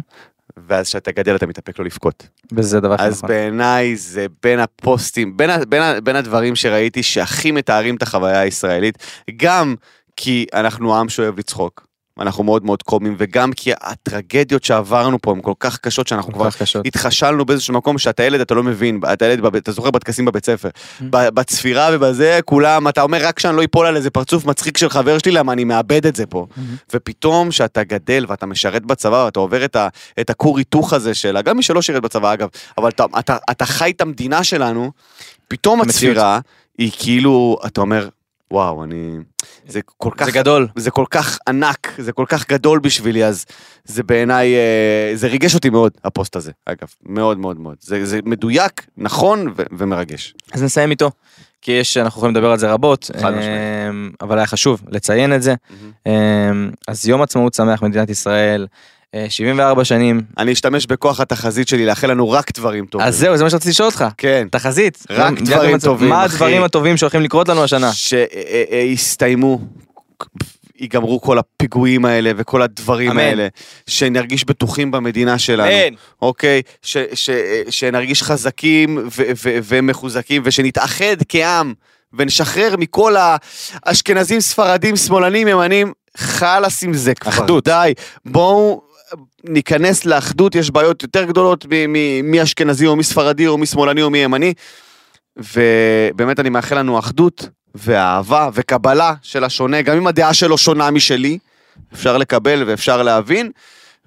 Speaker 2: ואז כשאתה גדל אתה מתאפק לא לבכות.
Speaker 3: וזה דבר
Speaker 2: אז
Speaker 3: נכון.
Speaker 2: בעיניי זה בין הפוסטים, בין, ה- בין, ה- בין הדברים שראיתי שהכי מתארים את החוויה הישראלית, גם כי אנחנו עם שאוהב לצחוק, אנחנו מאוד מאוד קומיים, וגם כי הטרגדיות שעברנו פה הן כל כך קשות שאנחנו כבר
Speaker 3: כל כך קשות.
Speaker 2: התחשלנו באיזשהו מקום שאתה ילד אתה לא מבין אתה ילד בב- אתה זוכר בטקסים בבית ספר
Speaker 3: Mm-hmm.
Speaker 2: ב- בצפירה ובזה כולם אתה אומר רק שאני לא אפול על איזה פרצוף מצחיק של חבר שלי למה אני מאבד את זה פה ופתאום שאתה גדל ואתה משרת בצבא ואתה עובר את, ה, את הכור היתוך הזה שלה גם מי שלא שירת בצבא אגב אבל אתה, אתה, אתה חי את המדינה שלנו פתאום
Speaker 3: המציאות.
Speaker 2: הצפירה היא כאילו אתה אומר וואו אני זה כל כך
Speaker 3: זה גדול.
Speaker 2: זה כל כך ענק, זה כל כך גדול בשבילי, אז זה בעיניי, אה, זה ריגש אותי מאוד, הפוסט הזה, אגב, מאוד מאוד מאוד. זה, זה מדויק, נכון ו- ומרגש.
Speaker 3: אז נסיים איתו, כי יש, אנחנו יכולים לדבר על זה רבות,
Speaker 2: חד משמעית.
Speaker 3: אמ, אבל היה חשוב לציין את זה.
Speaker 2: מהמם.
Speaker 3: אמ, אז יום עצמאות שמח מדינת ישראל, אה, 74 שנים.
Speaker 2: אני אשתמש בכוח התחזית שלי לאחל לנו רק דברים טובים.
Speaker 3: אז זהו, זה מה שרציתי לשאול אותך.
Speaker 2: כן.
Speaker 3: תחזית.
Speaker 2: רק
Speaker 3: יום- מדינת
Speaker 2: דברים
Speaker 3: יום העצמאות.
Speaker 2: טובים,
Speaker 3: מה
Speaker 2: אחי.
Speaker 3: הדברים הטובים שהולכים לקרות לנו השנה?
Speaker 2: שיסתיימו, ייגמרו כל הפיגועים האלה וכל הדברים
Speaker 3: אמן.
Speaker 2: האלה, שנרגיש בטוחים במדינה שלנו. אוקיי? ש, ש, שנרגיש חזקים ו, ו, ומחוזקים ושנתאחד כעם ונשחרר מכל האשכנזים, ספרדים, שמאלנים, ימנים, חלאס עם זה כבר.
Speaker 3: אחדות.
Speaker 2: די. בואו ניכנס לאחדות, יש בעיות יותר גדולות מ- מ- מאשכנזי או מספרדי או משמאלני או מימני. ובאמת אני מאחל לנו אחדות ואהבה וקבלה של השונה, גם אם הדעה שלו שונה משלי, אפשר לקבל ואפשר להבין,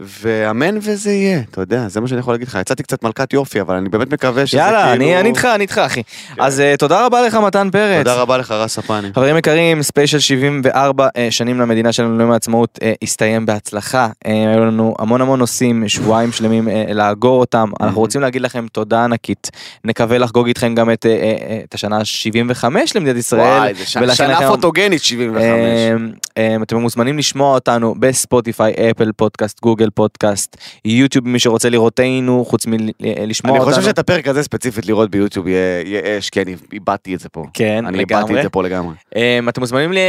Speaker 2: ואמן וזה יהיה, אתה יודע, זה מה שאני יכול להגיד לך. יצאתי קצת מלכת יופי, אבל אני באמת מקווה שזה
Speaker 3: יאללה,
Speaker 2: כאילו... כן.
Speaker 3: אני אני איתך, אני איתך, אחי. אז אה, תודה רבה לך, מתן פרץ.
Speaker 2: תודה רבה לך, רס הפאני.
Speaker 3: חברים יקרים, ספיישל 74 אה, שנים למדינה שלנו, ליום העצמאות, אה, הסתיים בהצלחה. אה, היו לנו המון המון נושאים, שבועיים שלמים אה, לאגור אותם. אנחנו רוצים להגיד לכם תודה ענקית. נקווה לחגוג איתכם גם את אה, אה, אה, את השנה ה-75 למדינת ישראל.
Speaker 2: וואי, זה ש-
Speaker 3: ולכן
Speaker 2: שנה
Speaker 3: לכם-
Speaker 2: פוטוגנית 75.
Speaker 3: אמ, אמ, אתם מוזמנים לשמוע אותנו בספוטיפיי, אפל פודקאסט, גוגל פודקאסט, יוטיוב, מי שרוצה לראותנו, חוץ מלשמוע
Speaker 2: אני
Speaker 3: אותנו.
Speaker 2: חושב שאת הפרק הזה ספציפית לראות ביוטיוב יהיה יהיה אש, כי אני איבדתי את זה פה.
Speaker 3: כן,
Speaker 2: אני איבדתי את זה פה לגמרי.
Speaker 3: אמ, אתם מוזמנים ל- אה,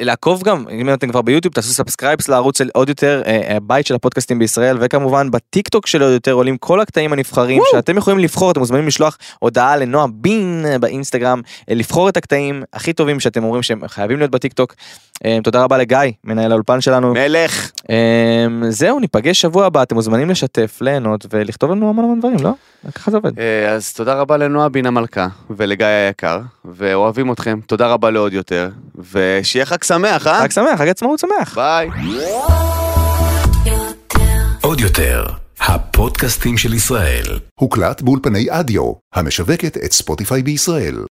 Speaker 3: אה, לעקוב גם, אם אתם כבר ביוטיוב, תעשו סאבסקרייבס לערוץ של עוד יותר, אה, הבית של הפודקאסטים בישראל, וכמובן בטיק טוק של עוד יותר עולים כל הקטעים הנבחרים שאתם יכולים לבחור, אתם מוזמנים לשלוח הודעה לנועה בין אה, באינסטגרם, אה, לבחור את הקטעים הכי טובים שאתם אומרים שהם חייבים להיות בטיק טוק. אמ, תודה רבה לגיא, מנהל האולפן שלנו.
Speaker 2: מלך.
Speaker 3: אמ, זהו, ניפגש שבוע הבא, אתם מוזמנים לשתף, ליהנות ולכתוב לנו המון המון דברים, לא? ככה זה עובד.
Speaker 2: אה, אז תודה רבה לנועה בין המלכה ולגיא היקר, ואוהבים אתכם. תודה רבה לעוד יותר, ושיהיה חג שמח, אה?
Speaker 3: חג שמח, חג עצמאות שמח.
Speaker 2: ביי.
Speaker 1: עוד יותר, הפודקאסטים של ישראל.
Speaker 4: הוקלט באולפני אדיו, המשווקת את ספוטיפיי בישראל.